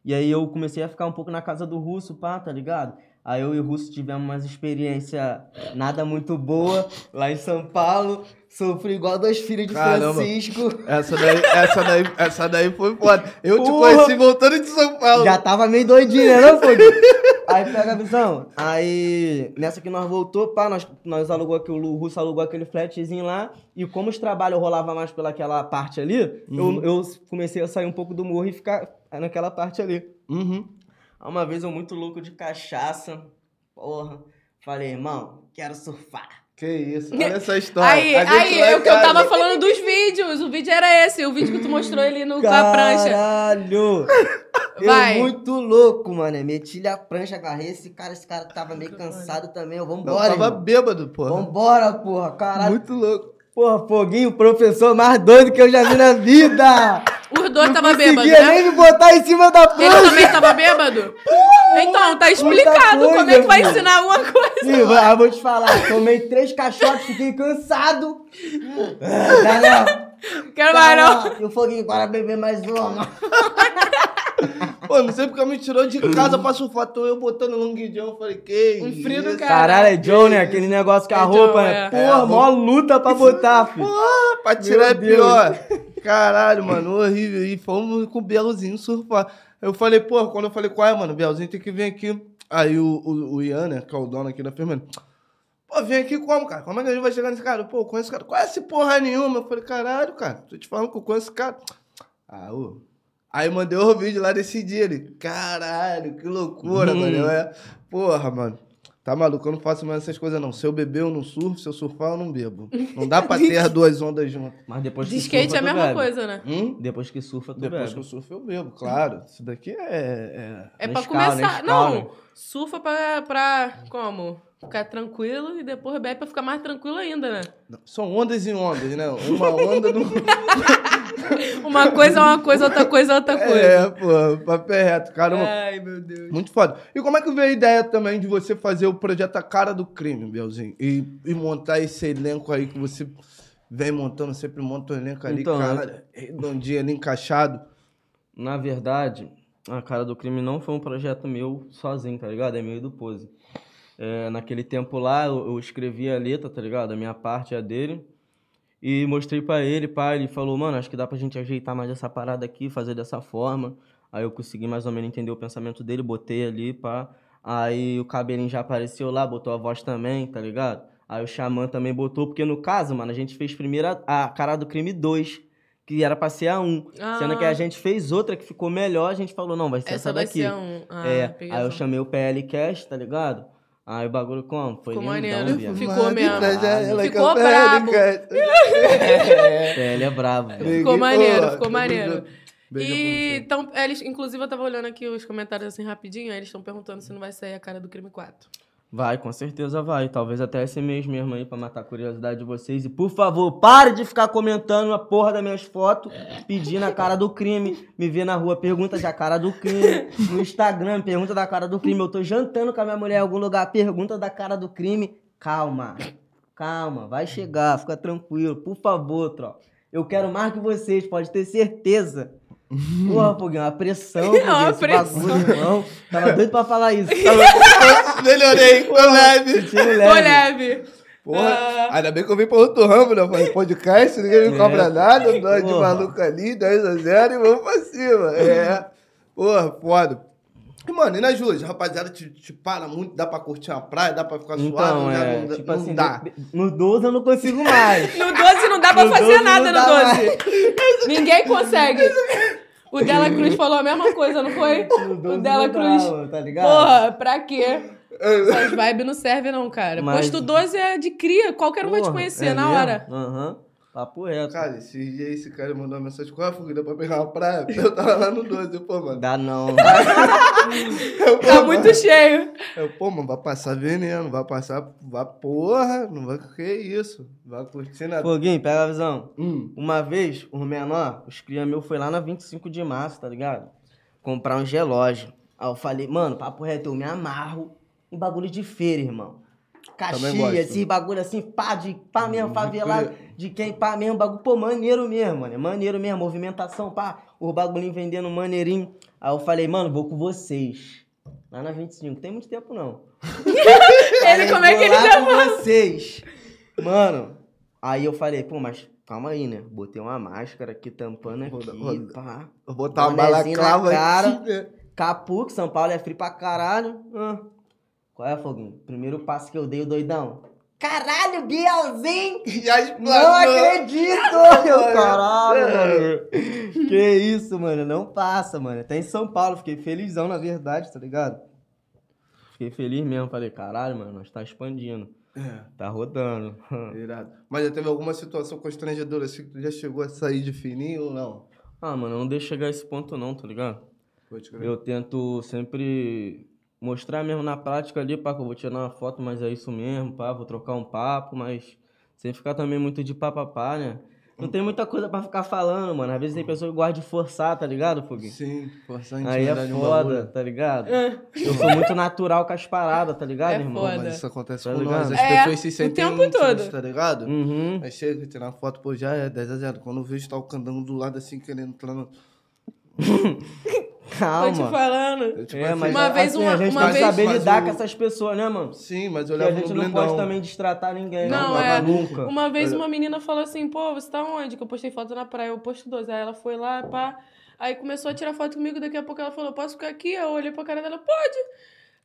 A: E aí eu comecei a ficar um pouco na casa do russo, pá, tá ligado? Aí eu e o Russo tivemos umas experiências nada muito boa lá em São Paulo. Sofri igual dois filhos de
B: Caramba.
A: Francisco.
B: junto. Essa daí, essa, daí, essa daí foi foda. Eu te
A: Porra.
B: conheci voltando de São Paulo.
A: Já tava meio doidinha, não, pô? Aí pega a visão. Aí, nessa que nós voltou, pá, nós, nós alugou aqui, o Lu- Russo alugou aquele flatzinho lá. E como os trabalhos rolavam mais pelaquela parte ali,
B: Uhum.
A: eu, eu comecei a sair um pouco do morro e ficar naquela parte ali.
B: Uhum.
A: Aí Uma vez eu muito louco de cachaça, porra. Falei, irmão, quero surfar.
B: Que isso, olha essa história.
C: Aí,
B: Tá, A gente
C: aí,
B: lá em
C: é o que eu
B: casa.
C: tava falando dos vídeos. O vídeo era esse, o vídeo que tu mostrou ali no, com a prancha.
A: Caralho!
C: Vai.
A: Eu muito louco, mano. Meti-lhe a prancha, agarrei esse cara. Esse cara tava meio cansado também. Eu,
B: Não,
A: vambora,
B: tava
A: irmão.
B: bêbado, porra.
A: Vambora, porra, caralho.
B: Muito louco.
A: Porra, Foguinho, o professor mais doido que eu já vi na vida.
C: Os dois tava Tá bêbado,
A: Conseguia
C: né?
A: nem me botar em cima da
C: Ele
A: prancha.
C: também tava bêbado? Então, tá explicado
A: coisa,
C: como é que vai
A: filho.
C: ensinar uma coisa.
A: Ih, vai- ah, vou te falar, tomei três caixotes, fiquei cansado. Ah, Galera,
C: Quero mais, não.
A: galera, E o Foguinho, bora beber mais uma.
B: Pô, não sei porque me tirou de casa pra surfar. Tô eu botando long john. eu Falei, que
C: Um frio do
B: isso?
C: cara. Caralho,
A: é Joe, né? Aquele negócio
C: com a É roupa, Joe, né? é.
B: Porra, mó
A: luta pra botar, filho.
B: Porra, pra tirar é
A: Meu
B: pior. Caralho, mano, horrível. E fomos com o Belzinho surfar. Eu falei, porra, quando eu falei, qual é, mano, Belzinho tem que vir aqui. Aí o, o, o Ian, né, que é o dono aqui da firma, ele, pô, vem aqui como, cara? Como é que a gente vai chegar nesse cara? Pô, eu conheço esse cara. Conhece porra nenhuma. Eu falei, caralho, cara, tô te falando que eu conheço esse cara. Ah, ô. Aí mandei o vídeo lá desse dia, ele, caralho, que loucura,
A: Hum.
B: mano. Eu, é, porra, mano. Tá maluco, eu não faço mais essas coisas, não. Se eu beber, eu não surfo. Se eu surfar, eu não bebo. Não dá pra ter as duas ondas juntas.
A: Mas depois
C: De
A: que
C: skate é
A: surfa,
C: a
A: tu
C: mesma
A: bebe.
C: coisa, né?
B: Hum?
A: Depois que surfa, tu
B: Depois
A: bebe.
B: que eu surfo, eu bebo, claro. Isso daqui é. é-
C: É
A: Nem
C: pra
A: escala,
C: começar.
A: nem escala.
C: não, surfa pra, pra. Como? Ficar tranquilo e depois bebe pra ficar mais tranquilo ainda, né?
B: São ondas e ondas, né? Uma onda não.
C: Uma coisa é uma coisa, outra coisa é outra coisa.
B: é, pô, papel reto, caramba.
C: Ai, meu Deus.
B: Muito foda. E como é que veio a ideia também de você fazer o projeto A Cara do Crime, Belzinho? E, e montar esse elenco aí que você vem montando, sempre monta um elenco ali,
A: Então,
B: cara, redondinho ali, encaixado.
A: Na verdade, a cara do crime não foi um projeto meu sozinho, tá ligado? É meio do pose. É, naquele tempo lá, eu, eu escrevi a letra, tá ligado? A minha parte, a dele. E mostrei pra ele, pá, ele falou, mano, acho que dá pra gente ajeitar mais essa parada aqui, fazer dessa forma. Aí eu consegui mais ou menos entender o pensamento dele, botei ali, pá. Aí o cabelinho já apareceu lá, botou a voz também, tá ligado? Aí o Xamã também botou, porque no caso, mano, a gente fez primeiro a, a cara do crime 2, que era pra ser a 1. Um. Sendo que a gente fez outra que ficou melhor, a gente falou, não, vai ser essa,
C: Ah, Essa, vai
A: daqui.
C: ser um. Ah,
A: é,
C: peguei
A: aí eu
C: essa.
A: chamei o PL Cash, tá ligado? Aí o bagulho como? Foi
C: Ficou
A: lindão,
C: maneiro.
A: viado.
C: Ficou
B: Mano,
C: mesmo.
B: mas é- ela é
C: Ficou
B: campeã, cara.
A: PL é brabo, velho.
B: Ninguém-
C: maneiro,
B: Pô,
C: ficou
B: tamo
C: maneiro.
B: junto. Beijo
C: E
B: pra você.
C: então, eles, inclusive, eu tava olhando aqui os comentários assim rapidinho, aí eles estão perguntando se não vai sair a cara do crime 4.
A: Vai, com certeza vai. Talvez até esse mês mesmo aí, pra matar a curiosidade de vocês. E por favor, pare de ficar comentando a porra das minhas fotos, pedindo a cara do crime. Me vê na rua, pergunta da cara do crime. No Instagram, pergunta da cara do crime. Eu tô jantando com a minha mulher em algum lugar, pergunta da cara do crime. Calma, calma, vai chegar, fica tranquilo. Por favor, tropa. Eu quero mais que vocês, pode ter certeza. Porra, Foguinho, uma pressão,
C: É Uma
A: Foguinho, esse
C: pressão.
A: bagulho, irmão. Tava doido pra falar isso.
B: Melhorei, tô leve.
A: Sentindo
C: Tô
A: leve.
C: leve!
B: Porra, ainda bem que eu vim pra outro ramo, né? Falei, podcast, ninguém me
A: Ah. É.
B: cobra nada, nós de
A: Porra.
B: maluco ali, 10 a 0 e vamos pra cima. É. Porra, foda. E, mano, e nas ruas? A rapaziada te, te para muito, dá pra curtir uma praia, dá pra ficar
A: Então,
B: suave,
A: é,
B: né? não,
A: tipo
B: não
A: assim,
B: dá.
A: de- de- no 12 eu não consigo mais.
C: No 12 não dá pra
A: No
C: fazer
A: 12
C: nada
A: não dá
C: no 12. Ninguém consegue. O Dela Cruz falou a mesma coisa, não foi?
A: No 12
C: O Dela
A: não
C: Cruz.
A: dava, tá ligado?
C: Porra, pra quê? Essas vibes não servem, não, cara.
A: Mas-
C: Posto 12 é de cria, qualquer um vai te
A: Porra,
C: conhecer
A: é
C: na
A: mesmo?
C: hora.
A: Aham. Papo reto.
B: Cara, esse dia esse cara mandou uma mensagem, qual é a fuga? Dá pra pegar uma praia? Eu tava lá no 12, pô, mano.
A: Dá não.
B: Eu, pô,
C: Tá
B: mano.
C: muito cheio.
B: Eu, pô, mano, vai passar veneno, vai passar. Vai, porra, não vai. Que isso? Vai curtir nada.
A: Foguinho, pega a visão.
B: Hum.
A: Uma vez, o menor, os cria meu foi lá na 25 de março, tá ligado? Comprar um gelógio. Aí eu falei, mano, papo reto, eu me amarro em bagulho de feira, irmão.
B: gosto. Uhum.
A: Caxias, esse bagulho assim, pá, de pá mesmo, favelado, de quem pá mesmo, bagulho, pô, maneiro mesmo, mano, é maneiro mesmo, movimentação, pá, o bagulhinho vendendo maneirinho. Aí eu falei, mano, vou com vocês. Lá na 25, tem muito tempo não.
C: Ele, como é que ele
A: Vou lá
C: já.
A: com vocês. Mano, aí eu falei, pô, mas calma aí, né? Botei uma máscara aqui tampando aqui,
B: Roda- roda.
A: pá.
B: Vou botar uma
A: Bonezinho na
B: balaclava
A: cara.
B: aqui, né?
A: Capu, que São Paulo é frio pra caralho. Ah. Qual é, Foguinho? Primeiro passo que eu dei, o doidão. Caralho, Bielzinho!
B: E as
A: Não
B: plantas.
A: acredito!
B: mano.
A: Eu, caralho, mano. Que isso, mano. Não passa, mano. Até em São Paulo. Fiquei felizão, na verdade, tá ligado? Fiquei feliz mesmo. Falei, caralho, mano, nós tá expandindo. Tá rodando.
B: É, irado. Mas já teve alguma situação constrangedora assim que tu já chegou a sair de fininho ou não?
A: Ah, mano, eu não deixo chegar a esse ponto não, tá ligado?
B: Pode crer.
A: Eu tento sempre mostrar mesmo na prática ali, pá, que eu vou tirar uma foto, mas é isso mesmo, pá, vou trocar um papo, mas sem ficar também muito de papapá, né? Não tem muita coisa pra ficar falando, mano. Às vezes tem pessoa que gosta de forçar, tá ligado, Foguinho?
B: Sim, forçar a
A: Aí é
B: intimidade no
A: foda,
B: bagulho.
A: tá ligado?
C: Ah,
A: Eu sou muito natural com as paradas, tá ligado,
C: É
B: Pô,
A: irmão?
C: Foda.
B: Mas isso acontece
A: Tá
B: com
A: ligado?
B: nós. As
C: É,
B: pessoas se
C: o
B: sentem
C: tempo
B: íntimas,
C: todo.
B: tá ligado?
A: Uhum.
B: Aí chega, tirar uma foto, pô, já é 10 a 0. Quando eu vejo, tá o candão do lado assim, querendo entrar no...
C: tô te
A: Calma.
C: falando.
B: Tipo,
A: É, mas
B: assim,
C: Uma vez
A: assim,
C: uma-
A: a gente
C: uma
A: tem que
B: vez-
A: saber
B: Mas
A: lidar
B: o-
A: com essas pessoas, né, mano?
B: Sim, mas
A: Porque a
B: olhava no
A: gente não
B: blindão.
A: pode também destratar ninguém,
C: Não,
A: né?
C: é.
A: Nunca.
C: Uma vez
B: Olha.
C: uma menina falou assim, pô, você tá onde? Que eu postei foto na praia, eu posto 12. Aí ela foi lá, pá. Aí começou a tirar foto comigo, daqui a pouco ela falou, posso ficar aqui? Eu olhei pra cara dela, pode.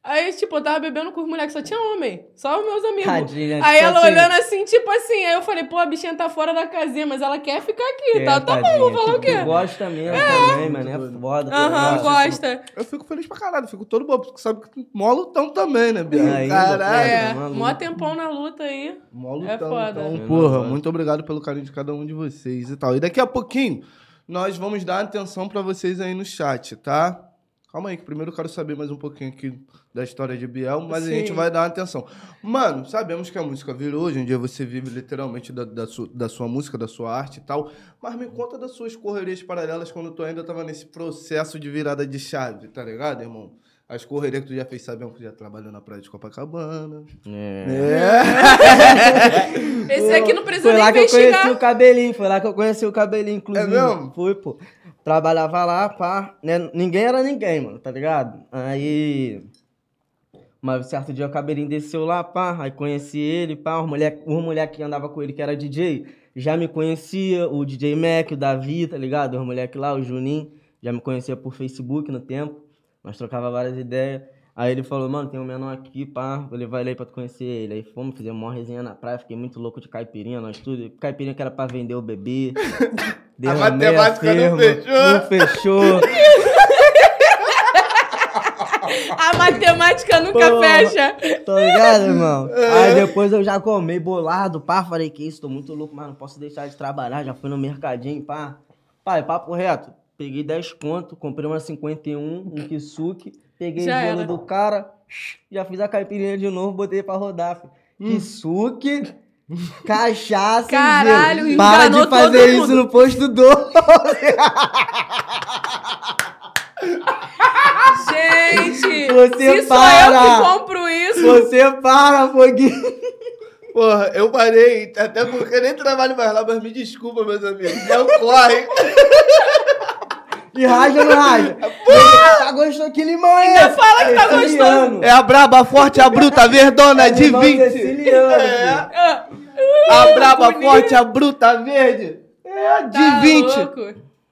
C: Aí, tipo, eu tava bebendo com os moleques, só tinha homem. Só os meus amigos.
A: Tadinha,
C: Aí
A: tipo
C: ela
A: assim,
C: olhando assim, tipo assim, aí eu falei, pô, a bichinha tá fora da casinha, mas ela quer ficar aqui,
A: É,
C: tá? Tá
A: tadinha,
C: bom, vou falar o
A: tipo,
C: quê?
A: Gosta mesmo também, mano. É foda. tá
C: Aham,
A: ligado?
C: gosta.
B: Eu fico feliz pra caralho, fico todo bobo, porque sabe que tu mó lutão também, né, Bia?
A: Ainda,
B: Caralho.
A: é,
C: É,
A: maluco.
C: mó tempão na luta aí.
B: Mó lutão.
C: É foda.
B: Então,
A: É,
B: porra,
A: não, é.
B: muito obrigado pelo carinho de cada um de vocês e tal. E daqui a pouquinho, nós vamos dar atenção pra vocês aí no chat, tá? Calma aí, que primeiro eu quero saber mais um pouquinho aqui da história de Biel, mas a
C: Sim.
B: gente vai dar atenção. Mano, sabemos que a música virou, hoje em dia você vive literalmente da, da su- da sua música, da sua arte e tal, mas me conta das suas correrias paralelas quando tu ainda tava nesse processo de virada de chave, tá ligado, irmão? As correrias que tu já fez, sabemos que tu já trabalhou na praia de Copacabana.
A: É.
B: É.
C: Esse aqui não precisa
A: Foi
C: nem
A: lá que eu conheci
C: investigar.
A: o cabelinho, foi lá que eu conheci o cabelinho, inclusive.
B: É mesmo?
A: Fui, pô. Trabalhava lá, pá. né? Ninguém era ninguém, mano, tá ligado? Aí. Mas certo dia o cabelinho desceu lá, pá. Aí conheci ele, pá. Os moleque, os moleque que andava com ele, que era DJ, já me conhecia. O DJ Mac, o Davi, tá ligado? Os moleque lá, o Juninho, já me conhecia por Facebook no tempo. Nós trocava várias ideias. Aí ele falou, mano, tem um menor aqui, pá, vou levar ele aí pra tu conhecer ele. Aí fomos, fizemos uma resenha na praia, fiquei muito louco de caipirinha, nós tudo. Caipirinha que era pra vender o bebê. Derramei
B: matemática não
A: firma, Não fechou.
C: A matemática nunca
A: Pô,
C: fecha.
A: Tô ligado, irmão?
C: É.
A: Aí depois eu já comei bolado, pá. Falei que isso, tô muito louco, mas não posso deixar de trabalhar. Já fui no mercadinho, pá. Pai, papo reto. Peguei 10 conto, comprei uma 51, um Kisuki. Peguei
C: Já
A: o gelo
C: era.
A: do cara, já fiz a caipirinha de novo, botei pra rodar. Filho.
C: Hum.
A: Kisuki, cachaça e gelo.
C: Caralho,
A: Para
C: enganou
A: de
C: todo
A: fazer isso
C: mundo.
A: no posto do...
C: Gente,
A: Você
C: se
A: para.
C: sou eu que compro isso,
A: Você para, Foguinho.
B: Porra, eu parei, até porque nem trabalho mais lá, mas me desculpa, meus amigos. Não corre.
A: E raja ou não raja? Tá gostando que limão é
C: Ainda
A: esse?
C: fala que tá
A: Siciliano.
B: É a braba, a forte, a bruta, a verdona Tá de
A: Limão
B: 20.
A: siciliano, filho.
B: É,
C: Ah,
B: a braba,
C: bonito.
B: forte, a bruta, a verde. É, a de
C: tá
B: 20.
C: louco.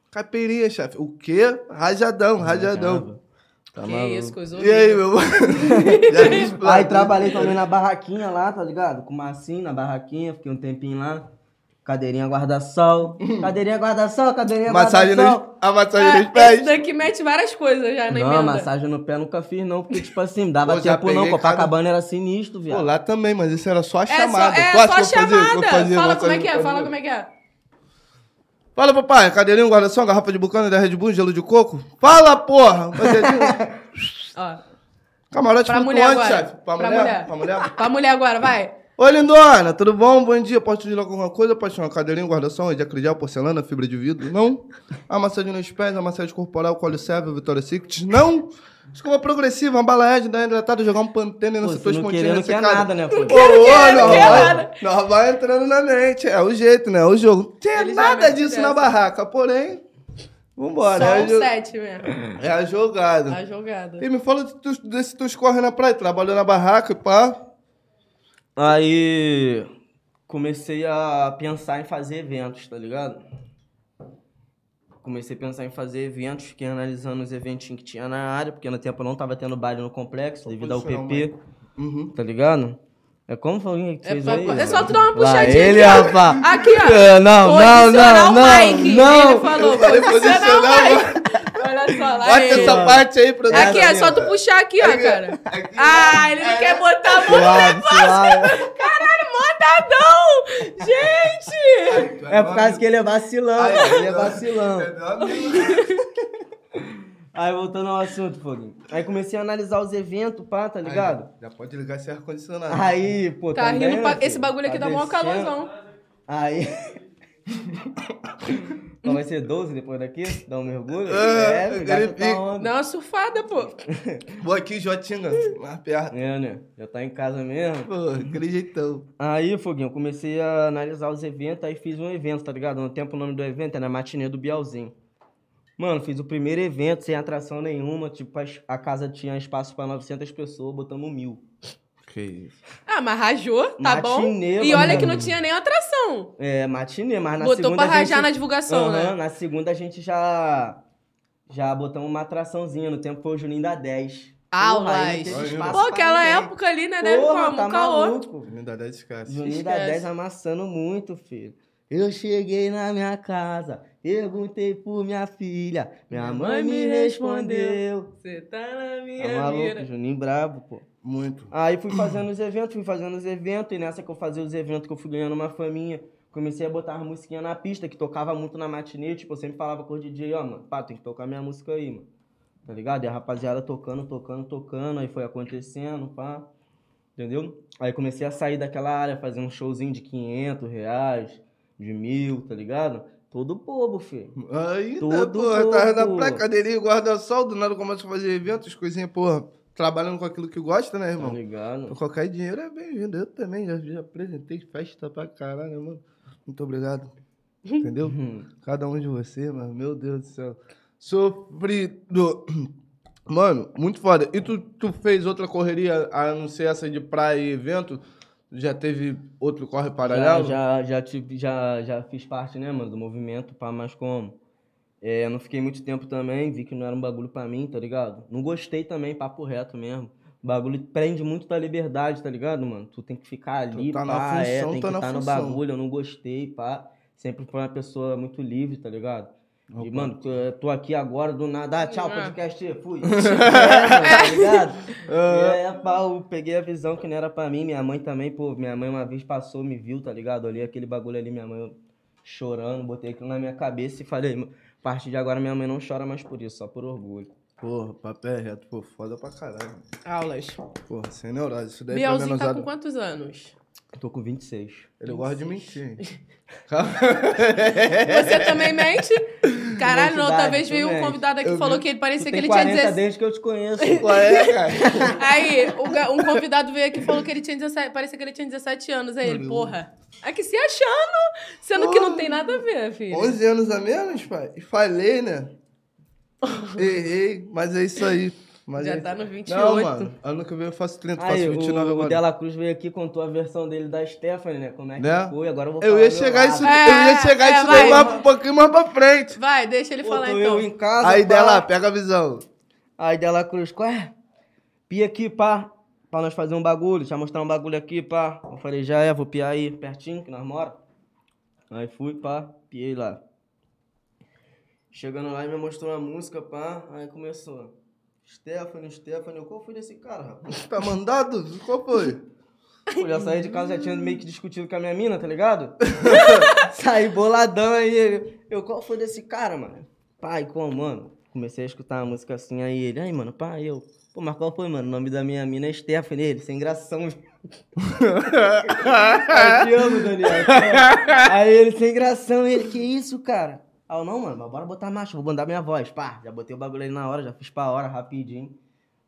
B: Caipirinha, chefe. O quê? Rajadão, rajadão. Tá
C: que
B: maluco.
C: isso, coisa
B: E aí,
C: horrível.
B: meu mano? Já me explodiu.
A: Aí trabalhei também na barraquinha lá, tá ligado? Com massinho na barraquinha, fiquei um tempinho lá. Cadeirinha guarda-sol. Cadeirinha guarda-sol, cadeirinha
B: Hum. Massagem nos,
A: guarda-sol.
B: a massagem nos
C: Ah,
B: pés.
C: esse daqui mete várias coisas já na
A: Não, tá
C: emenda.
A: massagem no pé nunca fiz, não, porque, tipo assim, dava
B: Pô, já
A: tempo não.
B: peguei cada-
A: Copacabana era sinistro, viado.
B: Pô, lá também, mas isso era só a
C: É só,
B: chamada.
C: é
B: Tu acha
C: só
B: que eu
C: a
B: vou fazer-
C: chamada.
B: vou fazer
C: Fala
B: massagem
C: como é que
B: no
C: é,
B: pé
C: fala
B: dele?
C: como é que é.
B: Fala, papai, cadeirinha, um guarda-sol, garrafa de bucana, 10 Red Bull, gelo de coco? Fala, porra! Fazia-
C: Ó,
B: Camarote
C: Pra mulher
B: flutuante,
C: agora.
B: chefe. Pra,
C: Pra
B: mulher?
C: mulher.
B: Pra mulher?
C: pra mulher agora, vai.
B: Oi, lindona, tudo bom? Bom dia. Posso te ajudar com alguma coisa? Posso te uma cadeirinha, um guarda-sol, de acridial, porcelana, fibra de vidro? Não. A massagem nos pés, a massagem corporal, colo serve, Vitória Secret? Não. Escova progressiva, uma balaed, dar uma hidratada, jogar um pantene
A: Pô,
B: nessa
A: se
B: tua
A: não
B: espontinha
A: querer, não
B: nessa
A: quer
B: cara.
A: nada, né, pô?
B: Pô, não,
C: quero
B: vai,
C: nada.
B: nós vai entrando na mente. É o jeito, né? É o jogo. Não tinha
C: Ele já
B: nada
C: mete
B: disso
C: essa.
B: na barraca, porém. Vambora.
C: Só
B: é,
C: um
B: a jo-
C: sete mesmo.
B: é a jogada.
C: A jogada.
B: E me fala de tu- desse tu escorre na praia, trabalhou na barraca e pá.
A: Aí comecei a pensar em fazer eventos, tá ligado? Comecei a pensar em fazer eventos, fiquei analisando os eventinhos que tinha na área, porque no tempo não tava tendo baile no complexo, devido ao
B: posicionar,
A: PP,
B: Uhum.
A: tá ligado? É como foi que
C: É,
A: vocês
C: pra-
A: aí?
C: é só tu dar uma
A: Lá
C: puxadinha.
A: ele, é
C: aqui,
A: rapaz.
C: ó. Aqui, ó.
A: É, Não, não,
C: Posicionar
A: não,
C: o
A: não,
C: Mike. Ele
A: não.
C: falou,
B: Eu falei
C: posicionar
B: posicionar o
C: o Mike. Olha só, lá
B: Bota
C: ele.
B: essa parte aí, produção.
C: Aqui, é só tu puxar aqui, ó, cara. Ah, ele não
A: né?
C: quer botar a mão.
A: Suave, suave.
C: Caralho, mandadão! Gente!
A: É por causa que ele é vacilão,
B: Aí, É
A: ele é
B: não.
A: vacilão.
B: que...
A: Aí voltando ao assunto, Foguinho. Aí comecei a analisar os eventos, pá, tá ligado?
B: Já pode ligar esse ar-condicionado.
A: Aí, pô,
C: Tá
A: também,
C: rindo
A: né,
C: pra...
A: filho?
C: Esse bagulho aqui
A: Tá
C: dá mó
A: descendo.
C: calorzão.
A: Aí. Então vai ser 12 depois daqui? Dá um mergulho? É,
B: ele
A: já tá
B: fica-
A: onda.
C: Dá uma surfada, pô.
B: Vou aqui, Jotinga, mais perto.
A: É, né? Já tá em casa mesmo.
B: Pô, aquele jeitão.
A: Aí, Foguinho, eu comecei a analisar os eventos, aí fiz um evento, tá ligado? No tempo o nome do evento era Matinê do Bialzinho. Mano, fiz o primeiro evento sem atração nenhuma, tipo, as- a casa tinha espaço pra 900 pessoas, botamos mil.
B: Que isso.
C: Ah, mas rajou, tá bom?
A: Matinê,
C: E olha que
A: mano.
C: não tinha nem atração.
A: É, matinê, mas na
C: Botou
A: segunda
C: pra
A: a
C: rajar
A: gente...
C: na divulgação,
A: Aham,
C: né?
A: Na segunda a gente já já botamos uma atraçauzinha. No tempo foi o Juninho da 10.
C: Aulas.
A: Porra, aí não teve espaço
C: Pô,
A: pra
C: aquela
A: ninguém.
C: época ali, né? Deve
A: Porra,
C: com a
A: tá
C: caô.
A: maluco.
B: Me dá 10 escasse.
A: Juninho da
C: Esquece.
A: 10 amassando muito, filho. Eu cheguei na minha casa, perguntei por minha filha. Minha mãe me respondeu.
C: Você tá na
A: Tá
C: minha
A: maluco,
C: mira.
A: Juninho brabo, pô.
B: Muito.
A: Aí fui fazendo os eventos, fui fazendo os eventos, e nessa que eu fazia os eventos que eu fui ganhando uma faminha, comecei a botar as musiquinhas na pista, que tocava muito na matinê, tipo, eu sempre falava com o DJ, ó, mano, pá, tem que tocar minha música aí, mano. Tá ligado? E a rapaziada tocando, tocando, tocando, aí foi acontecendo, pá. Entendeu? Aí comecei a sair daquela área, fazer um showzinho de 500 reais, de mil, tá ligado? Todo bobo, filho.
B: Ainda,
A: Tudo
B: porra, tava na
A: novo.
B: praia, cadeirinha, guarda-sol, do nada começa a fazer eventos, coisinha, porra, trabalhando com aquilo que gosta, né,
A: Tá
B: irmão?
A: ligado?
B: Por Qualquer dinheiro é bem-vindo. Eu também já, já apresentei festa pra caralho, mano. Muito obrigado.
A: Uhum.
B: Entendeu? Cada um de você, mano. Meu Deus do céu. Sofrido. Mano, muito foda. E tu, tu fez outra correria a não ser essa de praia e evento? Já teve outro corre
A: Já,
B: paralelo?
A: já, já, tive, já, já fiz parte, né, mano, do movimento, pá, mas como? É, eu não fiquei muito tempo também, vi que não era um bagulho pra mim, tá ligado? Não gostei também, papo reto mesmo. O bagulho prende muito da liberdade, tá ligado, mano? Tu tem que ficar ali,
B: tá na
A: pá, é,
B: função,
A: tem
B: tá
A: que
B: na
A: tá no
B: função.
A: bagulho, eu não gostei, pá. Sempre foi uma pessoa muito livre, tá ligado?
B: Opa.
A: E, mano, tô, tô aqui agora do nada. Ah, tchau,
C: Ah.
A: podcast, fui. é, mano, tá ligado?
B: Ah.
A: É, pá, eu peguei a visão que não era pra mim. Minha mãe também, pô, minha mãe uma vez passou, me viu, tá ligado? Olhei aquele bagulho ali, minha mãe chorando, botei aquilo na minha cabeça e falei, "Mano, a partir de agora minha mãe não chora mais por isso, só por orgulho.
B: Porra, papel é reto, pô, foda pra caralho.
C: Aulas.
B: Porra, sem neurose. Isso daí foi
C: Bielzinho tá
B: menosado.
C: com quantos anos?
A: Eu tô com 26.
B: Ele gosta de mentir, hein?
A: É.
C: Você também mente? Caralho,
A: Mente
C: não, outra
A: idade,
C: vez
A: tu
C: veio um
A: mente.
C: convidado aqui
B: Eu
C: que falou
B: vi.
C: que ele
A: Tu
C: parecia que
A: tem
C: ele tinha
A: 40
C: 16.
A: desde que eu te conheço.
B: Qual é, cara?
C: Aí, o ga- um convidado veio aqui e falou que ele tinha 17, parecia que ele tinha 17 anos. Aí ele, porra, é que se achando, sendo que não tem nada a ver, filho.
B: 11 anos a menos, pai? E falei, né? Errei, mas é isso aí. Mas
C: Já
B: é-
C: tá no 28.
B: Não, mano, ano que vem eu faço 30,
A: Aí,
B: faço 29
A: o, o
B: agora.
A: Dela Cruz veio aqui contou a versão dele da Stephanie, né? Como é que
B: Né?
A: foi, agora eu vou
B: Eu
A: falar
B: ia
A: do meu
B: chegar
A: lado.
B: isso,
C: É,
B: eu ia chegar
C: é,
B: isso
C: vai,
B: daí mais,
C: mano.
B: um pouquinho mais pra frente.
C: Vai, deixa ele
A: Pô,
C: falar
A: tô
C: então.
A: eu em casa,
B: Aí
A: pá.
B: dela, pega a visão.
A: Aí dela cruz, qual é? Pia aqui, pá. Pra nós fazer um bagulho, deixa eu mostrar um bagulho aqui, pá. Eu falei, já é, vou piar aí, pertinho, que nós mora. Aí fui, pá, piei lá. Chegando lá, ele me mostrou uma música, pá. Aí começou. Stephanie, Stephanie, eu, qual foi desse cara, rapaz?
B: Tá mandado? Qual foi?
A: Eu já saí de casa, já tinha meio que discutido com a minha mina, tá ligado? saí boladão aí. ele, Eu, qual foi desse cara, mano? Pai, qual, mano? Comecei a escutar uma música assim, aí ele, aí, mano, pai, eu. Pô, mas qual foi, mano? O nome da minha mina é Stephanie, ele, sem gração. Eu te amo, Daniel. te amo. Aí ele, sem gração, ele, que isso, cara? Aí eu, não, mano, mas bora botar marcha, vou mandar minha voz. Pá, já botei o bagulho aí na hora, já fiz pra hora, rapidinho.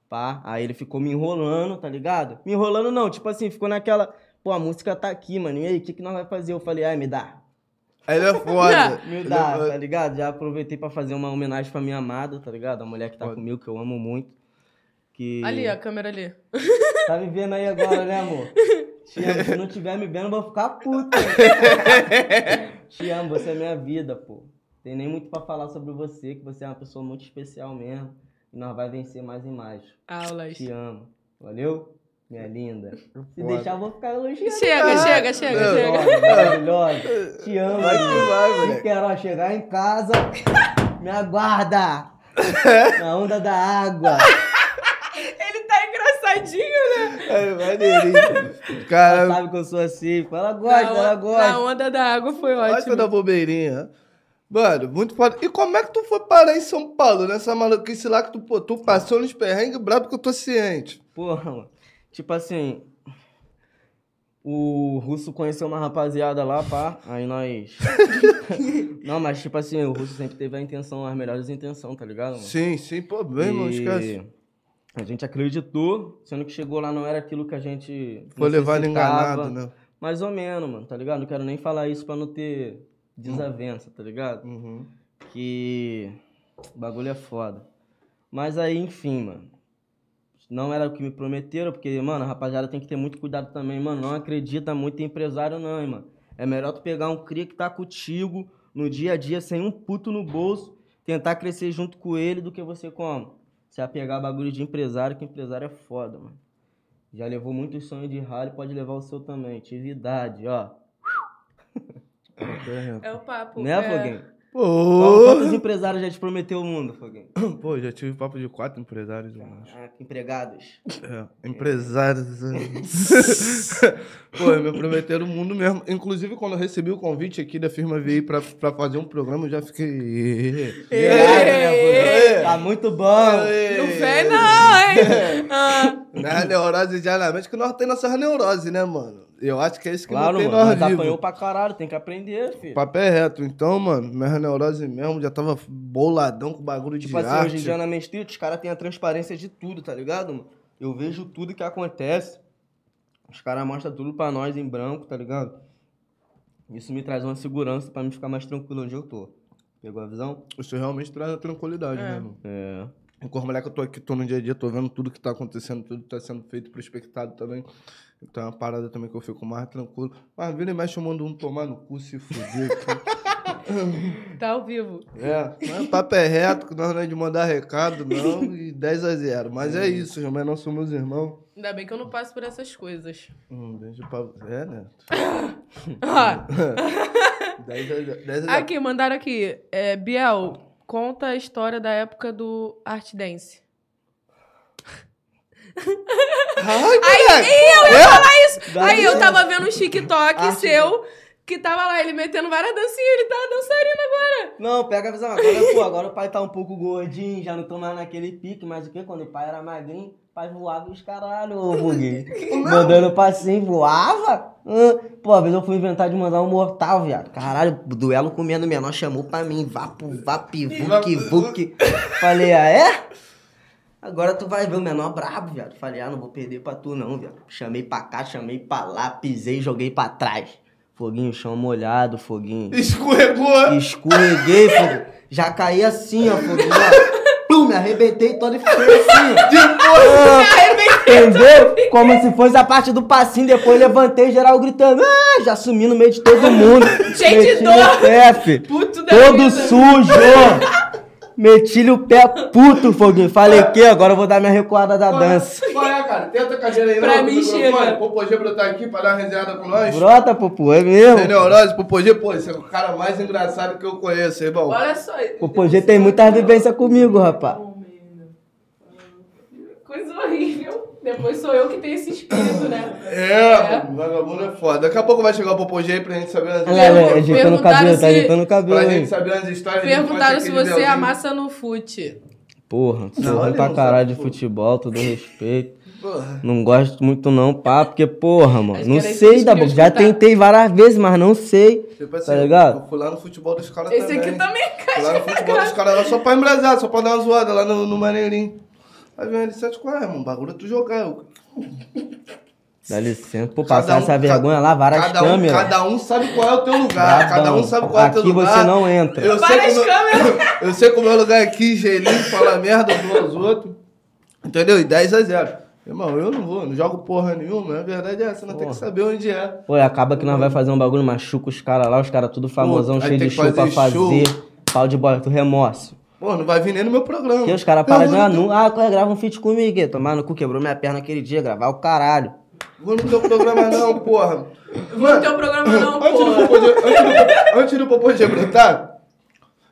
A: Pá, aí ele ficou me enrolando, tá ligado? Me enrolando não, tipo assim, ficou naquela, pô, a música tá aqui, mano, e aí, o que que nós vai fazer? Eu falei, ai, me dá.
B: Ele é foda.
A: Me
B: Ele
A: dá,
B: é
A: tá
B: foda.
A: ligado? Já aproveitei pra fazer uma homenagem pra minha amada, tá ligado? A mulher que tá
B: Foda.
A: comigo, que eu amo muito. Que...
C: Ali, ó, a câmera ali.
A: Tá me vendo aí agora, né, amor? Te amo. Se não tiver me vendo, eu vou ficar puto. Te amo, você é minha vida, pô. Tem nem muito pra falar sobre você, que você é uma pessoa muito especial mesmo. E nós vai vencer mais e mais.
C: Aulas.
A: Te amo. Valeu? Minha linda. Se
B: Foda.
A: deixar, eu vou ficar elogiando.
C: Chega,
A: Ah,
C: chega, chega,
B: não.
C: chega.
A: Maravilhosa, maravilhosa. Te amo.
B: Vai que
A: linda.
B: vai,
A: Eu
B: moleque.
A: quero ó, chegar em casa. Me aguarda. Na onda da água.
C: Ele tá engraçadinho.
B: É maneirinho. Cara,
A: Ela sabe que eu sou assim. pô, Ela gosta, ela
C: Na
A: gosta.
C: onda da água foi
B: Ótimo. da
C: ótimo.
B: bobeirinha. Mano, muito foda. E como é que tu foi parar em São Paulo, nessa maluquice lá que tu, pô, tu passou nos perrengues brabo que eu tô ciente.
A: Porra, mano. Tipo assim. O Russo conheceu uma rapaziada lá, pá. Aí nós. Não, mas tipo assim, o Russo sempre teve a intenção, as melhores intenções, tá ligado, mano?
B: Sim, sim, pô, bem, não esquece.
A: A gente acreditou, sendo que chegou lá não era aquilo que a gente.
B: Foi levado
A: necessitava.
B: enganado, né?
A: Mais ou menos, mano, tá ligado? Não quero nem falar isso pra não ter
B: Hum.
A: desavença, tá ligado?
B: Uhum.
A: Que. O bagulho é foda. Mas aí, enfim, mano. Não era o que me prometeram, porque, mano, a rapaziada tem que ter muito cuidado também, mano. Não acredita muito em empresário, não, hein, mano. É melhor tu pegar um cria que tá contigo no dia a dia, sem um puto no bolso, tentar crescer junto com ele do que você como. Se apegar a bagulho de empresário, que empresário é foda, mano. Já levou muitos sonhos de rally, pode levar o seu também. Tive idade, ó.
C: É o papo.
A: Né,
C: é...
A: Foguinho? Quantos
B: Pô,
A: empresários já te prometeu o mundo, Foguinho?
B: pô, já tive papo de quatro empresários, mano.
A: Caraca, Ah, empregados.
B: É, empresários. é. Pô, me prometeram o mundo mesmo. Inclusive, quando eu recebi o convite aqui da firma VI pra, pra fazer um programa, eu já fiquei.
A: Irado,
C: Ê,
A: né, Foguinho? Tá muito bom.
B: Ei.
C: Não vem não, hein? Ah,
B: Na neurose diariamente, que nós temos nossas neuroses, né, mano? Eu acho que é isso que
A: Claro,
B: mantém
A: mano,
B: nós
A: mas apanhou
B: vivos.
A: pra caralho, tem que aprender, filho.
B: Papo é reto. Então, mano, minhas neuroses mesmo já tava boladão com o bagulho
A: Tipo
B: de
A: assim,
B: arte.
A: hoje em dia na Main Street, os caras têm a transparência de tudo, tá ligado, mano? Eu vejo tudo que acontece. Os caras mostram tudo pra nós em branco, tá ligado? Isso me traz uma segurança pra mim ficar mais tranquilo onde eu tô. Pegou a visão?
B: Isso realmente traz a tranquilidade,
C: É.
B: né, mano?
A: É.
B: Com mulher que eu tô aqui, tô no dia a dia, tô vendo tudo que tá acontecendo, tudo que tá sendo feito, prospectado também. Então é uma parada também que eu fico mais tranquilo. Mas vira e mexe, eu mando um tomar no cu, se fuder. cara.
C: tá ao vivo.
B: é, mas o papo é reto, que nós não é de mandar recado, não, e 10 a 0. Mas é isso, irmão, nós somos irmãos.
C: Ainda bem que eu não passo por essas coisas.
B: Hum, beijo pra... É, né?
C: Ah,
B: 10 a 0. 10 a 0.
C: aqui, mandaram aqui. É, Biel, conta a história da época do Art Dance.
B: Ai,
C: Aí,
B: moleque!
C: ih, eu ia falar isso!
A: Dá
C: Aí eu
A: licença.
C: tava vendo um TikTok
A: Arte
C: seu que tava lá, ele metendo várias dancinhas, ele tá dançarino agora.
A: Não, pega a visão. Agora, pô, agora o pai tá um pouco gordinho, já não tô mais naquele pique, mas o que? Quando o pai era magrinho, o pai voava os caralho, ô buguinho. Mandando passinho, voava? Hã? Pô, às vezes eu fui inventar de mandar um mortal, viado. Caralho, duelo comendo menor chamou pra mim. Vapo, vapi, vuki, vuki. Falei, ah, é? Agora tu vai ver o menor brabo, viado. Falei, ah, não vou perder pra tu não, viado. Chamei pra cá, chamei pra lá, pisei, joguei pra trás. Foguinho, chão molhado, foguinho.
B: Escorregou!
A: Escorreguei, fogo. Já caí assim, ó, fogo. ó. Pum, me arrebentei todo e fui assim. ó.
B: De porra!
A: Entendeu? Como
C: assim.
A: se fosse a parte do passinho. Depois levantei, geral gritando. Ah, já sumi no meio de todo mundo.
C: Cheio de
A: Meti
C: dor.
A: no chefe.
C: Puto da
A: Todo
C: vida.
A: sujo. Meti-lhe o pé puto, Foguinho. Falei que agora eu vou dar minha recuada da dança.
B: Qual é, cara? Tenta a cadeira aí,
C: Pra
B: não,
C: mim
B: do microfone.
C: chega.
B: Pô, Pogê brotar aqui pra dar uma resenhada com nós.
A: Brota, Pupu, é mesmo.
B: Tem neurose pro Pogê? Pô, esse é o cara mais engraçado que eu conheço, irmão.
C: Olha só.
A: O Pogê tem muita vivência comigo, rapá.
C: Coisa horrível. Depois sou eu que tenho esse espírito, né?
B: É, mano, vagabundo é foda. Daqui a pouco vai chegar o Popogê aí pra gente saber as
A: Olha lá, olha, É, ajeitando o
C: Perguntaram
A: cabelo, tá
C: se-
A: ajeitando o cabelo,
B: Pra
A: hein?
B: gente saber as histórias. de infância
C: Perguntaram
B: aqui
C: se
B: de
C: você é
B: Belzinho.
C: amassa no fute.
A: Porra, sou
B: Não,
A: ruim
B: ele
A: pra
B: não
A: caralho
B: sabe,
A: de
B: pô.
A: futebol, todo respeito.
B: Porra.
A: Não gosto muito não, pá, porque, porra, mano,
C: Acho
A: não
C: que era isso que
A: sei
C: eles
A: da
C: queriam
A: boca. Já
C: escutar.
A: tentei várias vezes, mas não sei.
B: Tipo assim,
A: Tá ligado?
B: eu fui lá no futebol dos caras
C: Esse
B: também.
C: aqui também cai.
B: Lá no futebol dos caras lá só pra embrasar, só pra dar uma zoada lá no, no Maneirinho. Aí vem ele, sete, qual é, mano? O bagulho é tu jogar. Eu...
A: Dá licença, pô,
B: Cada
A: passar
B: um-
A: essa vergonha lá, várias
B: cada um,
A: câmeras.
B: Cada um sabe qual é o teu lugar. Cada um
A: Brabão.
B: sabe qual é o teu
A: Aqui
B: lugar.
A: você não entra.
B: Eu sei,
C: Várias
B: como,
C: câmeras.
B: eu sei como é o lugar aqui, gelinho, fala merda um aos outros. Entendeu? E 10 a 0. Irmão, eu não vou, não jogo porra nenhuma. A verdade é essa, nós temos que saber onde é.
A: Pô, e acaba que nós vai fazer um bagulho, machuca os caras lá, os caras tudo famosão,
B: aí
A: cheio
B: tem
A: de
B: que
A: show pra
B: fazer show.
A: fazer. Pau de bola, tu remorso.
B: Pô, não vai vir nem no meu programa.
A: Porque os caras param de
B: não,
A: anúncio. Ah, qual é? Grava um feat comigo. hein? Tomar no cu, quebrou minha perna aquele dia, gravar o caralho.
B: Vou no teu programa não, porra.
C: Vou no teu programa não,
B: Antes do
C: porra.
B: Popô de- antes do- Antes do Popô de brotar,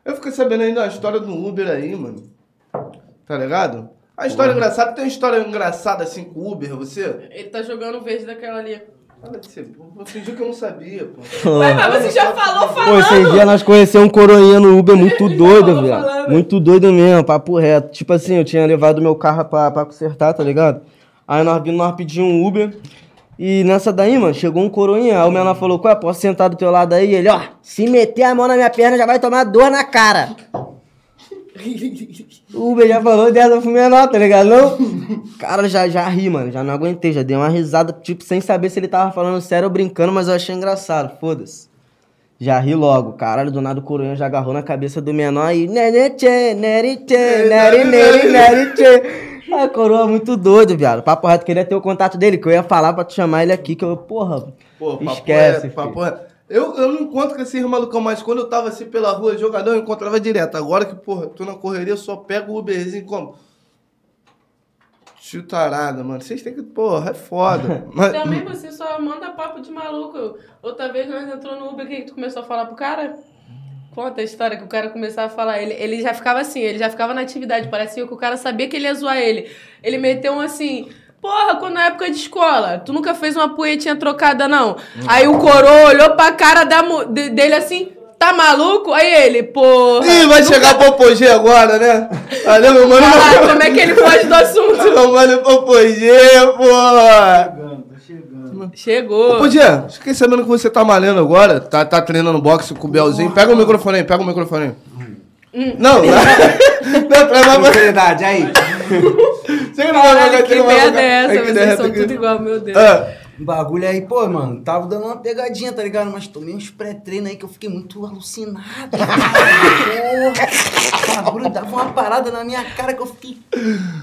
B: eu fiquei sabendo ainda a história do Uber aí, mano. Tá ligado? A história engraçada, tem história engraçada assim com o Uber, você?
C: Ele tá jogando verde daquela ali.
B: Fala de ser, pô, vou fingir que eu não sabia, pô.
C: Mas, mas você já falou
A: Pô, esses
C: falando.
A: dias nós conhecemos um coroinha no Uber muito
C: Já
A: doido,
C: falou
A: velho.
C: falando.
A: Muito doido mesmo, papo reto. Tipo assim, eu tinha levado meu carro pra, pra consertar, tá ligado? Aí nós vimos, nós pedimos um Uber. E nessa daí, mano, chegou um coroinha. Aí o menor falou, qual é? Posso sentar do teu lado aí? Ele, ó, se meter a mão na minha perna, já vai tomar dor na cara. O Uber já falou dessa pro menor, tá ligado? Não? Cara, já, já ri, mano. Já não aguentei, já dei uma risada, tipo, sem saber se ele tava falando sério ou brincando, mas eu achei engraçado, foda-se. Já ri logo, caralho, do nada o coronel já agarrou na cabeça do menor e. Nere tchê, nere tchê, né, nere nere, nere tchê. A coroa é muito doido, viado. Papo reto, queria ter o contato dele, que eu ia falar pra tu chamar ele aqui, que eu, porra,
B: Pô, papo
A: esquece.
B: é,
A: filho.
B: papo é. Eu, eu não encontro com esse malucão, mas quando eu tava assim pela rua, jogador, eu encontrava direto. Agora que, porra, tô na correria, eu só pego o Uberzinho como. Chutarada, mano. Vocês têm que. Porra, é foda. Mas,
C: Também você só manda papo de maluco. Outra vez nós entrou no Uber, o que que tu começou a falar pro cara? Conta a história que o cara começava a falar. Ele, ele já ficava assim, ele já ficava na atividade. Parecia que o cara sabia que ele ia zoar ele. Ele meteu um assim. Porra, quando na época de escola, tu nunca fez uma punhetinha trocada, não. Aí o coroa olhou pra cara da mu- de- dele assim, tá maluco? Aí ele, porra.
B: Ih, vai chegar o Popogê agora, né? Valeu, meu mano.
C: Caralho, como é que ele foge do assunto?
B: Meu mano, Popogê, porra.
C: Chegou.
B: Popogê, fiquei sabendo que você tá malhando agora. Tá, tá treinando boxe com o Belzinho. Pega o microfone aí, pega o microfone aí.
C: Hum.
B: Não, não,
A: Tá
B: pra mais.
D: é Verdade, aí.
B: Você não vai
C: Caralho,
B: jogar
C: que
B: aqui, não vai jogar.
C: merda é essa?
B: Aqui
C: Vocês
B: dentro,
C: são
B: aqui.
C: tudo igual, meu Deus.
B: Ah,
D: O bagulho aí, pô, mano, tava dando uma pegadinha, tá ligado? Mas tomei uns pré-treinos aí que eu fiquei muito alucinado. porra, o bagulho dava uma parada na minha cara que eu fiquei.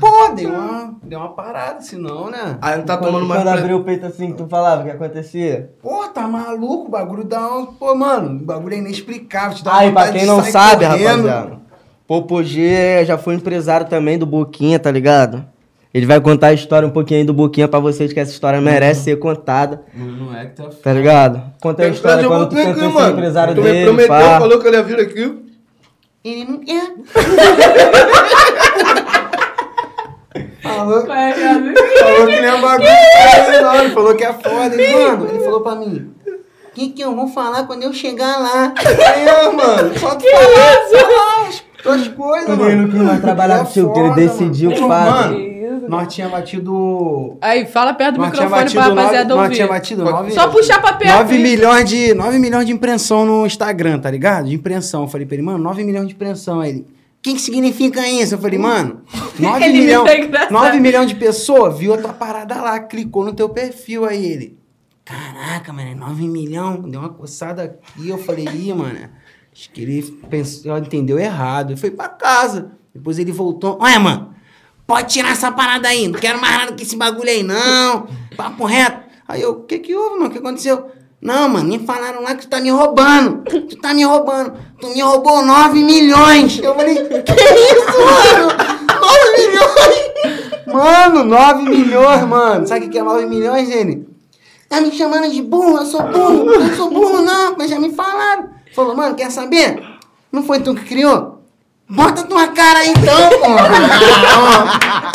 D: Pô, deu uma, deu uma parada, senão, né?
B: Aí não tá tomando
A: Quando,
B: mais
A: quando
B: pré...
A: abriu o peito assim, tu falava o que acontecia?
D: Pô, tá maluco, o bagulho dá um. Pô, mano, o bagulho é inexplicável. Te dá
A: Aí, pra
D: vontade
A: quem
D: de
A: não
D: sair
A: sabe,
D: correndo.
A: rapaziada, Popogê já foi um empresário também do Boquinha, tá ligado? Ele vai contar a história um pouquinho aí do Boquinha pra vocês, que essa história
D: Uhum.
A: merece ser contada,
D: Mano, não é que tá f.
A: tá ligado? Conta a história
D: um
A: quando tu tentou ser empresário
B: Tu me
A: dele,
B: prometeu,
A: pá.
B: falou que ele ia vir aqui.
D: Ele não é. quer. Falou,
C: Vai, cara.
D: Falou que nem um bagulho senão, ele falou que é foda, hein, mano. Ele falou pra mim. O que, que eu vou falar quando eu chegar lá? É, mano. Só tu falar, falar as tuas coisas,
A: Quando
D: mano.
A: ele não quis mais trabalhar
D: É
A: contigo, que ele
D: foda,
A: decidiu,
D: mano. Pô,
A: fato.
D: Mano, nós tinha batido...
C: Aí, fala perto do
D: Nós tinha
C: microfone
D: batido,
C: pra rapaziada
D: nove, nós
C: ouvir.
D: tinha batido nove,
C: Só puxar pra perto.
D: 9 milhões de 9 milhões de impressão no Instagram, tá ligado? De impressão. Eu falei pra ele, mano, 9 milhões de impressão. Aí ele, o que, que significa isso? Eu falei, mano, 9
C: Ele me
D: milhões,
C: tá engraçado.
D: 9 milhões de pessoas viu a tua parada lá, clicou no teu perfil. Aí ele, caraca, mano, 9 milhões. Deu uma coçada aqui. Eu falei, ih, mano, acho que ele pensou, entendeu errado. E foi pra casa. Depois ele voltou, olha, mano, pode tirar essa parada aí, não quero mais nada com esse bagulho aí, não. Papo reto. Aí eu, o que que houve, mano? O que aconteceu? Não, mano, me falaram lá que tu tá me roubando. Tu tá me roubando. Tu me roubou 9 milhões. Eu falei, que isso, mano? 9 milhões? Mano, 9 milhões, mano. Sabe o que que é 9 milhões, gente? Tá me chamando de burro, eu sou burro. Eu não sou burro, não, mas já me falaram. Falou, mano, quer saber? Não foi tu que criou? Bota tua cara aí, então, pô.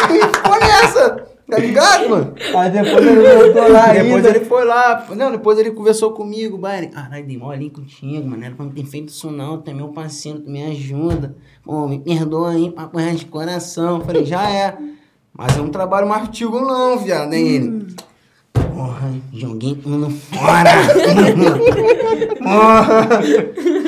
D: Que porra é essa? Tá ligado, mano? Aí depois ele voltou lá
B: Depois
D: ainda.
B: ele
D: foi lá. Não, depois ele conversou comigo, Bari. Caralho, dei mó link contigo, mano. Não era pra me ter feito isso não. Tu é meu parceiro, tu me ajuda. Pô, me perdoa aí, papo reto de coração. Falei, já é. Mas eu não trabalho mais contigo não, viado, nem ele. Porra, joguei tudo fora. Porra.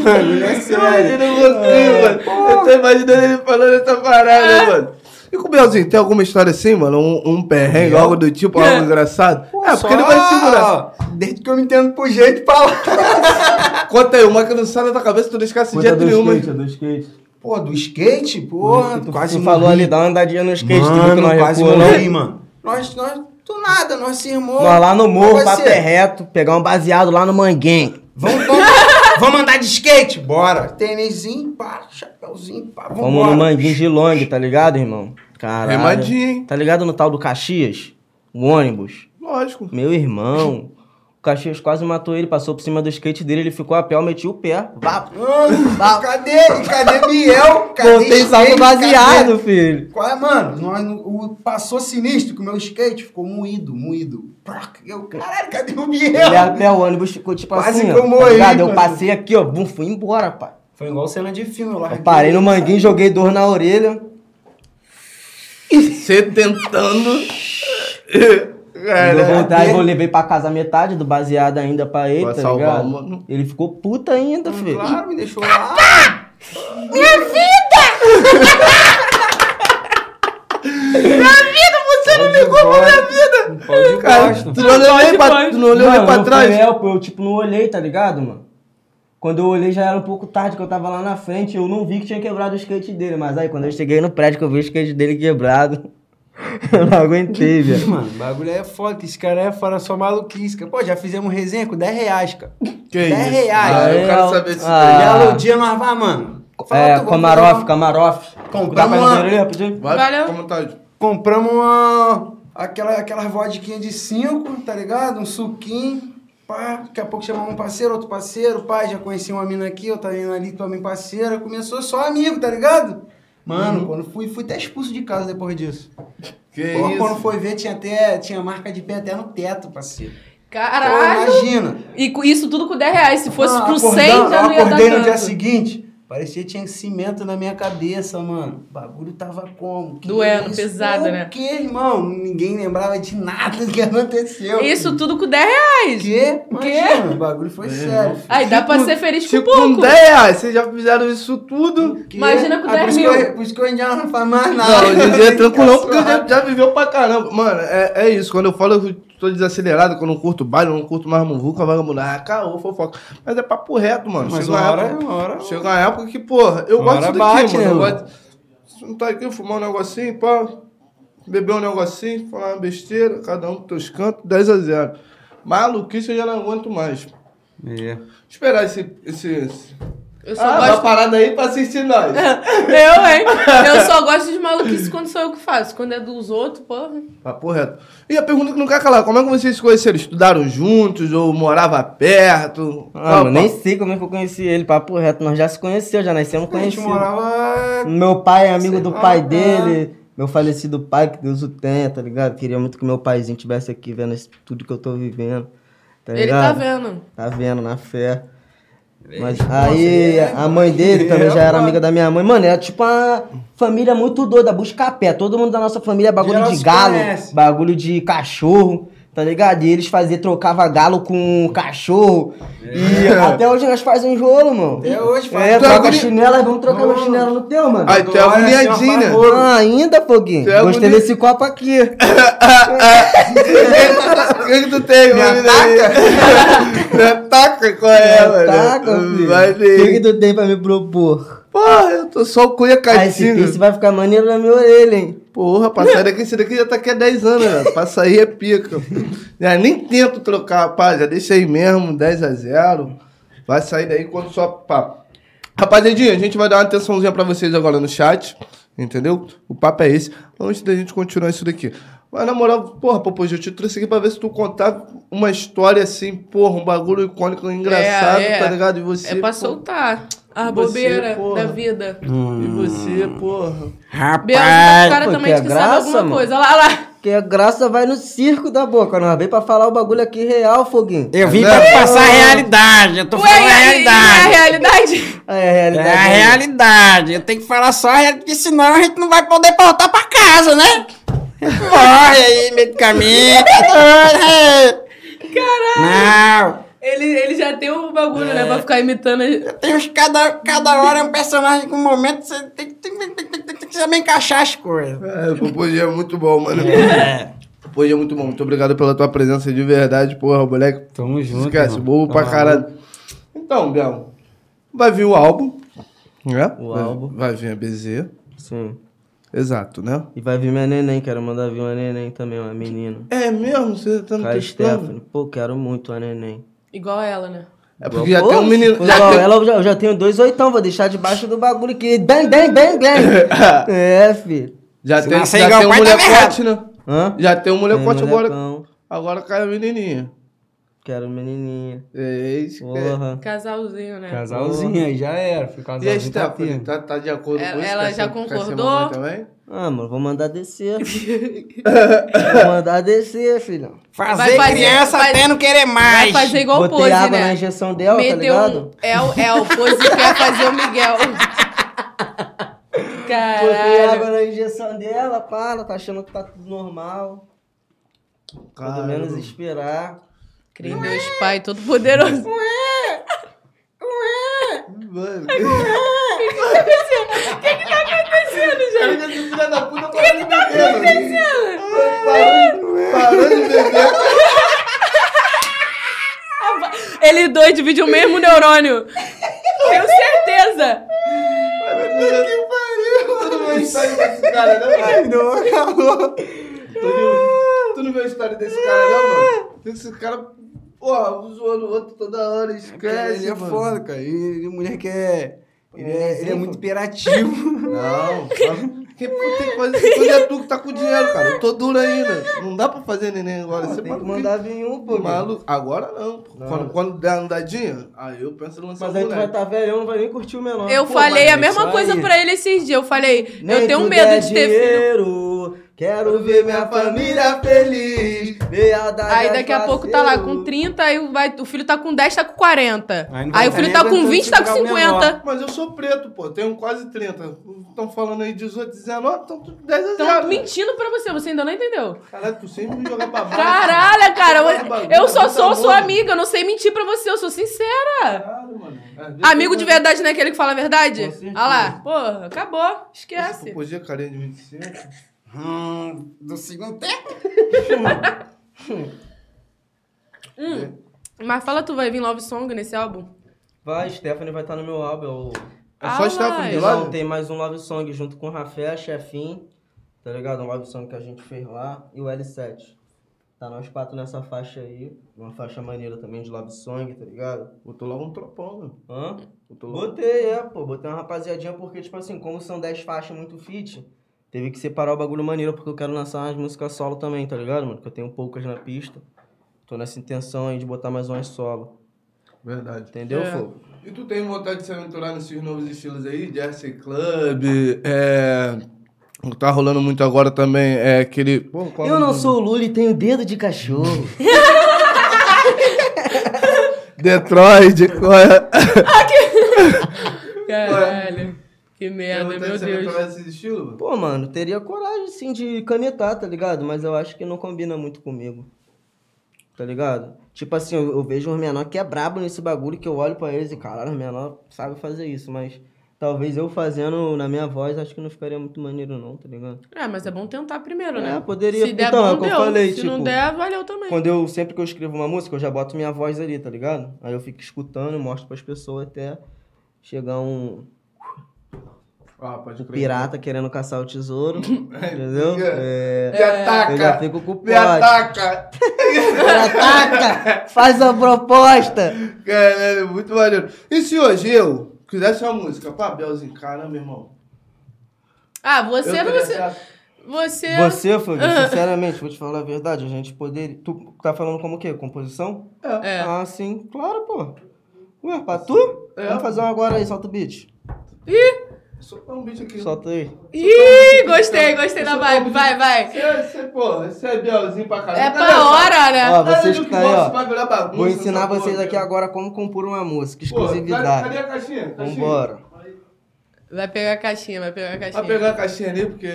D: Mano, é sério.
B: Imagina você, mano. Eu tô imaginando ele falando essa parada, mano. E com o Belzinho, tem alguma história assim, mano? Um, um perrengue, algo do tipo, algo engraçado? é, porque ele vai segurar.
D: Desde que eu me entendo por jeito pra lá.
B: Ah, Conta aí, uma que não sai da tua cabeça, tu não esquece de
A: Conta
B: jeito
A: do
B: nenhum,
A: skate,
B: hein?
A: do skate.
D: Pô, do skate? Porra,
A: Tu,
D: quase
A: tu
D: morri.
A: falou ali, dá uma andadinha no skate, tu viu que
D: Mano,
A: nós
D: quase
A: recuou, não?
D: morri, mano. Nós, nós, do nada, nós se irmão.
A: Nós lá no morro,
D: Vai
A: pra
D: ser.
A: pé reto, pegar um baseado lá no manguém.
D: Vamos, vamos, vamos andar de skate? Bora. Tênisinho, pá, chapéuzinho, pá, vambora. É
A: Fomos no manguinho de long, tá ligado, irmão? Caralho.
B: Remadinho, hein?
A: Tá ligado no tal do Caxias? O ônibus.
B: Lógico.
A: Meu irmão. O Caxias quase matou ele, passou por cima do skate dele, ele ficou a pé, eu meti o pé. Vá,
D: Mano, cadê? Cadê Biel? Cadê
A: voltei salvo
D: skate?
A: baseado, filho.
D: Cadê? Qual é, mano? Nós, o, passou sinistro que o meu skate ficou moído, moído. Prac, Eu, caralho, cadê o
A: Ele é
D: Biel?
A: até o ônibus ficou tipo
D: Quase
A: assim,
D: que eu
A: ó, tá
D: morri,
A: ligado? Eu
D: mano.
A: passei aqui, ó, bum, fui embora, pai.
D: Foi igual cena de filme lá.
A: Eu parei no manguinho, joguei dor na orelha.
B: Você tentando.
A: Quando eu
D: É, né?
B: Cara,
A: voltar, eu levei pra casa metade do baseado ainda pra ele,
B: Vai
A: tá
B: salvar
A: ligado?
B: o mano.
A: Ele ficou puta ainda, filho.
D: Hum, Claro, me deixou lá.
B: Tá! você não ligou pra minha vida! Cara, tu não olhou nem pra, tu não olhou nem
A: Mano,
B: pra
A: não
B: trás?
A: foi help, eu tipo não olhei, tá ligado, mano? Quando eu olhei já era um pouco tarde, que eu tava lá na frente, eu não vi que tinha quebrado o skate dele, mas aí quando eu cheguei no prédio que eu vi o skate dele quebrado, eu não aguentei, velho.
D: Mano, o bagulho é foda. Esse cara é fora só maluquice. cara. Pô, já fizemos resenha com 10 reais, cara.
B: Que
D: 10
B: isso?
D: reais.
B: Ah, eu quero
A: Ah,
B: saber se
A: ah.
D: Já no dia nós vai, mano. Fala um
A: É,
D: tu, vamos
A: Komarov,
D: comprar
A: Komarov.
D: Compramos
A: Dá pra um
D: uma-
A: resolver ali rapidinho?
B: Vai, tá
C: Valeu.
B: fica à vontade.
D: uma- Compramos uma... Aquela, aquela vodquinha de 5, tá ligado? Um suquinho. Pá, daqui a pouco chamamos um parceiro, outro parceiro. Pá, já conheci uma mina aqui, outra mina ali, também parceira. Começou só amigo, tá ligado? Mano, quando fui, fui até expulso de casa depois disso.
B: Uhum. Que
D: Pô, Quando
B: isso?
D: foi ver, tinha até tinha marca de pé até no teto, parceiro. Pô,
C: Caralho!
D: imagina.
C: E com isso tudo com 10 reais. Se fosse
D: Ah,
C: pro
D: acordando-
C: 100, já não
D: Eu
C: ia dar
D: acordei no
C: tanto.
D: dia seguinte, parecia que tinha cimento na minha cabeça, mano. O bagulho tava como? Que
C: Doendo,
D: isso?
C: pesado, né?
D: O que, irmão? Ninguém lembrava de nada que aconteceu.
C: Isso tudo com 10 reais.
D: Que? Imagina, o bagulho
B: É,
D: foi sério. Tipo,
C: Aí dá pra ser feliz com
B: Se Tipo, com
C: pouco.
B: 10 reais, vocês já fizeram isso tudo.
D: Que?
C: Imagina com
D: Ah, por
C: 10
D: isso
C: mil.
D: que eu- Por isso que hoje em dia não faz mais nada.
B: Não, hoje em dia é tranquilão, porque já, já viveu pra caramba. Mano, é, é isso. Quando eu falo eu tô desacelerado, que eu não curto baile, eu não curto mais muvuca, vai mudar. Ah, caô, fofoca. Mas é papo reto, mano.
D: Mas
B: Chega
D: uma
B: uma
D: hora,
B: época-
D: uma hora...
B: Chega uma época que, porra, eu
D: Uma
B: gosto
D: hora
B: daqui,
D: bate,
B: mano.
D: né,
B: Eu
D: mano?
B: gosto de sentar aqui, fumar um negocinho, pá, beber um negocinho, falar uma besteira, cada um pros teus cantos, 10 a 0. Maluquice eu já não aguento mais.
D: É.
B: Esperar esse. esse, esse...
C: Eu só
B: Ah, É,
C: gosto.
B: uma parada aí pra assistir nós.
C: Eu, hein? Eu só gosto de maluquice quando sou eu que faço. Quando é dos outros, porra.
B: Papo reto. E a pergunta que não quer calar, como é que vocês se conheceram? Estudaram juntos ou morava perto?
A: Ah,
B: Qual-
A: mano, nem sei como é que eu conheci ele, papo reto. Nós já se conheceu, já nascemos
D: A gente
A: conhecidos.
D: morava...
A: Meu pai é amigo do
D: Sei
A: pai
C: tá.
D: lá,
A: dele, meu falecido pai, que Deus o tenha, tá ligado? Queria muito que meu paizinho tivesse aqui vendo esse- tudo que eu tô vivendo, tá
C: Ele tá
A: ligado?
C: vendo.
A: Tá vendo, na fé. Mas
D: Nossa,
A: aí,
D: é,
A: a mãe dele
D: é,
A: também já era
D: mano.
A: amiga da minha mãe. Mano, era tipo uma família muito doida, busca a pé. Todo mundo da nossa família é bagulho
D: Geral
A: de
D: se
A: galo,
D: conhece.
A: bagulho de cachorro, tá ligado? E eles faziam, trocava galo com cachorro. E
B: É.
A: até hoje nós fazemos um rolo, mano.
D: Até hoje,
A: É,
B: Tu é
A: troca
B: guri-
A: chinelo, aí vamos trocar meu
D: Mano.
A: chinelo no teu, mano.
B: Ai, tu
D: assim,
B: é agoniadinho, né?
A: Ah, ainda, Foguinho.
B: Tu é
A: Gostei
B: bonito.
A: desse copo aqui.
B: O que, que tu tem,
D: Me
B: mano? Ataca? Me ataca? Qual é, mano?
A: Ataca, filho.
B: Vai
A: Tá, O que,
B: daí.
A: que tu tem pra me propor?
B: Porra, eu tô só o
A: Ah, esse
B: cuiacatino.
A: piercing vai ficar maneiro na minha orelha, hein?
B: Porra, passar daqui, esse daqui já tá aqui há 10 anos, né? Passa aí é pica. Já nem tento trocar, pá, já deixa aí mesmo, 10 a 0 Vai sair daí quando só, pá. Rapaziadinha, a gente vai dar uma atençãozinha pra vocês agora no chat, entendeu? O papo é esse. Antes da gente continuar isso daqui. Mas na moral, porra, Popojo, eu te trouxe aqui pra ver se tu contar uma história assim, porra, um bagulho icônico, engraçado,
C: É, é.
B: tá ligado? E você,
C: É pra
B: pô,
C: soltar a
B: Você,
C: bobeira
B: porra.
C: da vida.
B: E você, porra.
C: Bianca, tá com
D: Rapaz!
C: cara
A: pô,
C: também
A: que
C: de que
A: é graça,
C: sabe alguma
A: mano.
C: coisa. Olha lá, olha lá.
A: Porque a graça vai no circo da boca, nós veio pra falar o bagulho aqui real, Foguinho.
D: Eu vim
B: Não.
D: pra passar a realidade, eu tô
C: Ué,
D: falando a
C: e- e a
D: realidade.
C: realidade?
A: É, a
D: É
A: realidade.
D: a realidade, eu tenho que falar só a realidade, porque senão a gente não vai poder voltar pra casa, né? Morre aí, Tá meio do caminho. Caralho! né? Não,
C: Ele, ele já tem o bagulho,
A: É.
C: né? Pra ficar imitando. a-
D: tem uns cada, cada hora é um personagem com um momento, você tem, que- tem, tem, tem, tem, tem que saber encaixar as coisas.
B: É, o Popojo é muito bom, mano.
D: É,
B: Pô, é muito bom. Muito obrigado pela tua presença de verdade, porra, moleque.
D: tamo junto.
B: Esquece,
D: irmão.
B: bobo pra
D: Tá
B: caralho. Então, Biel, vai vir o álbum, né?
A: O
B: vai,
A: álbum.
B: Vai vir a BZ.
A: Sim.
B: Exato, né?
A: E vai vir minha neném, quero mandar vir uma neném também, uma menina.
B: É mesmo? Você tá no
A: Kai
D: né?
B: testando?
A: Stephanie. Pô, quero muito a neném.
C: Igual ela, né?
B: É porque já
A: Pô,
B: tem um menino...
A: pô,
B: Já
A: ó,
B: tem...
A: ela, eu, já, eu já tenho dois oitão, vou deixar debaixo do bagulho aqui. Bang, bang, bang, bang. é, filho.
B: Já
D: Se
B: tem,
D: nascer
B: já
D: igual
B: tem um
D: pai, tá
B: molecote, né?
A: Hã?
B: Já tem um
A: Tem
B: molecote
D: né,
B: agora.
A: molecão,
B: Agora cai a menininha.
A: Quero menininha.
B: É isso que é.
A: Porra.
C: Casalzinho, né?
D: Casalzinha, já era. Fui
B: E a
D: casalzinho. tá
B: Stephanie,
D: tendo.
B: tá, tá de acordo
C: Ela-
B: com isso?
C: ela
B: Quer
C: já
B: ser- quer ser
C: concordou?
B: mamãe também?
A: Ah, mano, vou mandar descer. vou mandar descer, filho.
D: Fazer,
C: Vai fazer-
D: criança
C: vai-
D: até não querer mais.
C: Vai fazer igual o
A: Botei
C: Pose,
A: água na
C: né?
A: injeção dela, tá
C: Meteu
A: ligado?
C: um El, El, Pose quer fazer o Miguel.
A: Botei água
C: Caralho.
A: na injeção dela, pá, ela tá achando que tá tudo normal. Pelo menos
B: Caramba.
A: esperar.
C: Crê em Deus Pai Todo-Poderoso.
B: Mano,
C: O que que tá acontecendo, gente?
B: Filha de filha da puta parou de
C: tá
B: beber, mano. Parou de beber.
C: Ele dois dividem o mesmo neurônio. Tenho certeza.
B: Tu não vê a história desse cara, não, mano?
D: Não, acabou.
B: Tu não- Tu não vê a história desse cara, não, mano? Esse cara, porra, um zoando o outro toda hora, esquece,
D: Ele é
B: mano.
D: foda, cara. Ele, é mulher que é.
A: É,
D: Ele é, ele é
A: sim,
D: muito
A: pô.
D: imperativo.
B: Não, cara. Que puta tem que fazer? Quando é tu que tá com dinheiro, cara. Eu tô duro ainda. Não dá pra fazer neném agora.
A: Pô,
B: Você
A: tem que
B: maluco.
A: mandar vir um, pô. Maluco.
B: Maluco, agora não. pô.
A: Não.
B: Quando, quando der andadinha, aí eu penso em lançar
A: Mas
B: o
A: aí tu vai
B: moleque.
A: estar tá velhão, não vai nem curtir o menor.
C: Eu
A: Pô,
C: falei
A: mano,
C: a mesma
A: isso
C: coisa
A: aí.
C: pra ele esses dias. Eu falei,
A: Nem
C: eu tenho
A: tudo
C: medo
A: é
C: de ter filho.
A: dinheiro, Quero ver minha família feliz. lealdade
C: Aí
A: aos
C: daqui a pouco tá lá com
A: parceiros.
C: 30, aí vai, o filho tá com 10, tá com 40.
D: Aí
C: Aí,
D: não vai
C: o filho
D: nem
C: tá com
D: aguentando
C: 20, tá com
D: segurar o
C: 50.
B: Mas eu sou preto, pô. Tenho quase 30. Estão falando aí 18, 19, estão 10 a 0.
C: Estão mentindo pra você, você ainda não entendeu.
B: Caralho, tu sempre me joga pra baixo.
C: Caralho,
A: tá
C: cara, eu- eu só sou sua
B: amigo.
C: amiga, eu não sei mentir pra você, eu sou sincera.
B: Caralho, mano. Às vezes
C: Amigo
B: É, eu-
C: de verdade não é aquele que fala a verdade?
A: Com certeza.
C: Olha lá, porra, acabou,
B: Esse
C: esquece.
B: Popogia carinha de 25.
D: Hum, do segundo tempo?
C: Hum.
A: um
C: Mas fala tu, vai vir Love Song nesse álbum?
A: Vai, Stephanie vai estar no meu álbum. Eu...
B: É
C: Ah,
B: só Stephanie de
C: mas-
B: lado?
A: Não, tem mais um Love Song junto com o Rafé, Chefim, tá ligado? Um Love Song que a gente fez lá. E o L7. Tá nós quatro nessa faixa aí. Uma faixa maneira também de Love Song, tá ligado?
B: Botou logo um tropão, meu.
A: Hã?
B: Botou logo.
A: Botei, é, pô. Botei uma rapaziadinha porque, tipo assim, como são 10 faixas muito fit, teve que separar o bagulho maneiro porque eu quero lançar umas músicas solo também, tá ligado, mano? Porque eu tenho poucas na pista. Tô nessa intenção aí de botar mais umas solo.
B: Verdade.
A: Entendeu,
C: É.
A: fogo?
B: E tu tem vontade de se aventurar nesses novos estilos aí? Jersey Club, é... o que Tá rolando muito agora também, é aquele... Pô, qual é o
A: Eu não
B: nome?
A: sou o Lula e tenho dedo de cachorro.
B: Detroit, qual é?
C: Caralho, que merda,
B: Tem vontade de
C: É, meu
B: se
C: Deus.
B: aventurar nesses estilos, mano?
A: Pô, mano, teria coragem sim de canetar, tá ligado? Mas eu acho que não combina muito comigo. Tá ligado? Tipo assim, eu, eu vejo os menor que é brabo nesse bagulho que eu olho pra eles e caralho, os menor sabe fazer isso, mas Talvez eu fazendo na minha voz, acho que não ficaria muito maneiro, não, tá ligado?
C: É, mas é bom tentar primeiro,
A: É,
C: né?
A: poderia.
C: Se der
A: então, é o
C: bom,
A: que eu
C: deu.
A: falei,
C: Se
A: tipo.
C: não der, valeu também.
A: Quando eu, sempre que eu escrevo uma música, eu já boto minha voz ali, tá ligado? Aí eu fico escutando e mostro pras pessoas até chegar um,
B: Ah, pode
A: um pirata querendo caçar o tesouro, entendeu? É,
B: Me
A: eu já
B: ataca!
A: fico com o
B: Me
A: ataca.
B: ataca!
A: ataca! Faz a proposta!
B: Caralho, muito maneiro. E se hoje eu quisesse uma música pra Belzinho, caramba, irmão?
C: Ah, você
B: eu
C: não.
B: teria
C: Você.
B: essa-
C: Você. é
A: Você, Fogo, sinceramente, vou te falar a verdade, a gente poderia... Tu tá falando como o quê? Composição?
C: É.
A: Ah, sim, claro, pô. Ué, pra tu?
B: É.
A: Vamos fazer um agora aí, solta o beat.
B: Solta um beat aqui.
A: Solta aí.
C: Ih, gostei, gostei da
B: Você
C: vibe.
B: tá
C: Vai, vai.
B: Você, você, porra, você é Belzinho pra
A: Tá
B: caramba.
C: É pra hora, né?
A: Ó, vocês que tá aí, ó. Vou ensinar vocês aqui
B: agora.
A: agora como compor uma música,
B: Cadê
A: exclusividade.
B: a caixinha? Caixinha?
A: Vambora.
C: Vai pegar a caixinha, vai pegar a
B: Vai
C: caixinha.
B: pegar a caixinha ali, porque...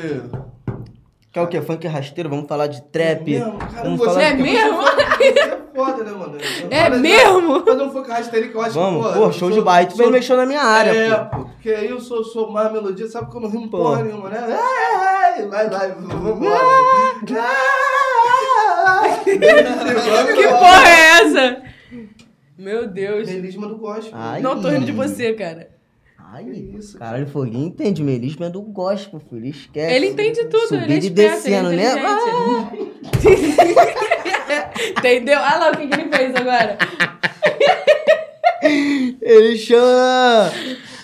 A: Quer é o quê? Funk rasteiro? Vamos falar de trap?
B: Não, cara,
A: Vamos
B: você-
A: falar
C: É
A: de...
C: mesmo?
B: Você é foda, né, mano?
C: É
B: Mas,
C: mesmo?
B: Quando eu for com a rasteira um que eu acho
A: Vamos,
B: que,
A: pô,
B: eu
A: show
B: sou-
A: de baile. Tu
B: sou-
A: bem mexeu na minha área,
B: É,
A: pô.
B: pô. Porque aí eu sou, sou má melodia, sabe que eu não rimo
A: Pô.
B: porra nenhuma, né? Ai, ai, Vai, vai, vambora.
C: Que porra é essa? Meu Deus.
B: Melisma do gospel.
A: Ai.
C: Não tô rindo de você, cara.
A: Ai,
B: Que isso, cara.
A: Caralho, Foguinho entende melisma é do gospel, filho. Esquece.
C: Ele entende tudo,
A: Subindo
C: ele é
A: e
C: esperto, ele é
A: descendo, né?
C: inteligente. Entendeu? Olha lá o que, que ele fez agora.
A: Ah, Ele chama.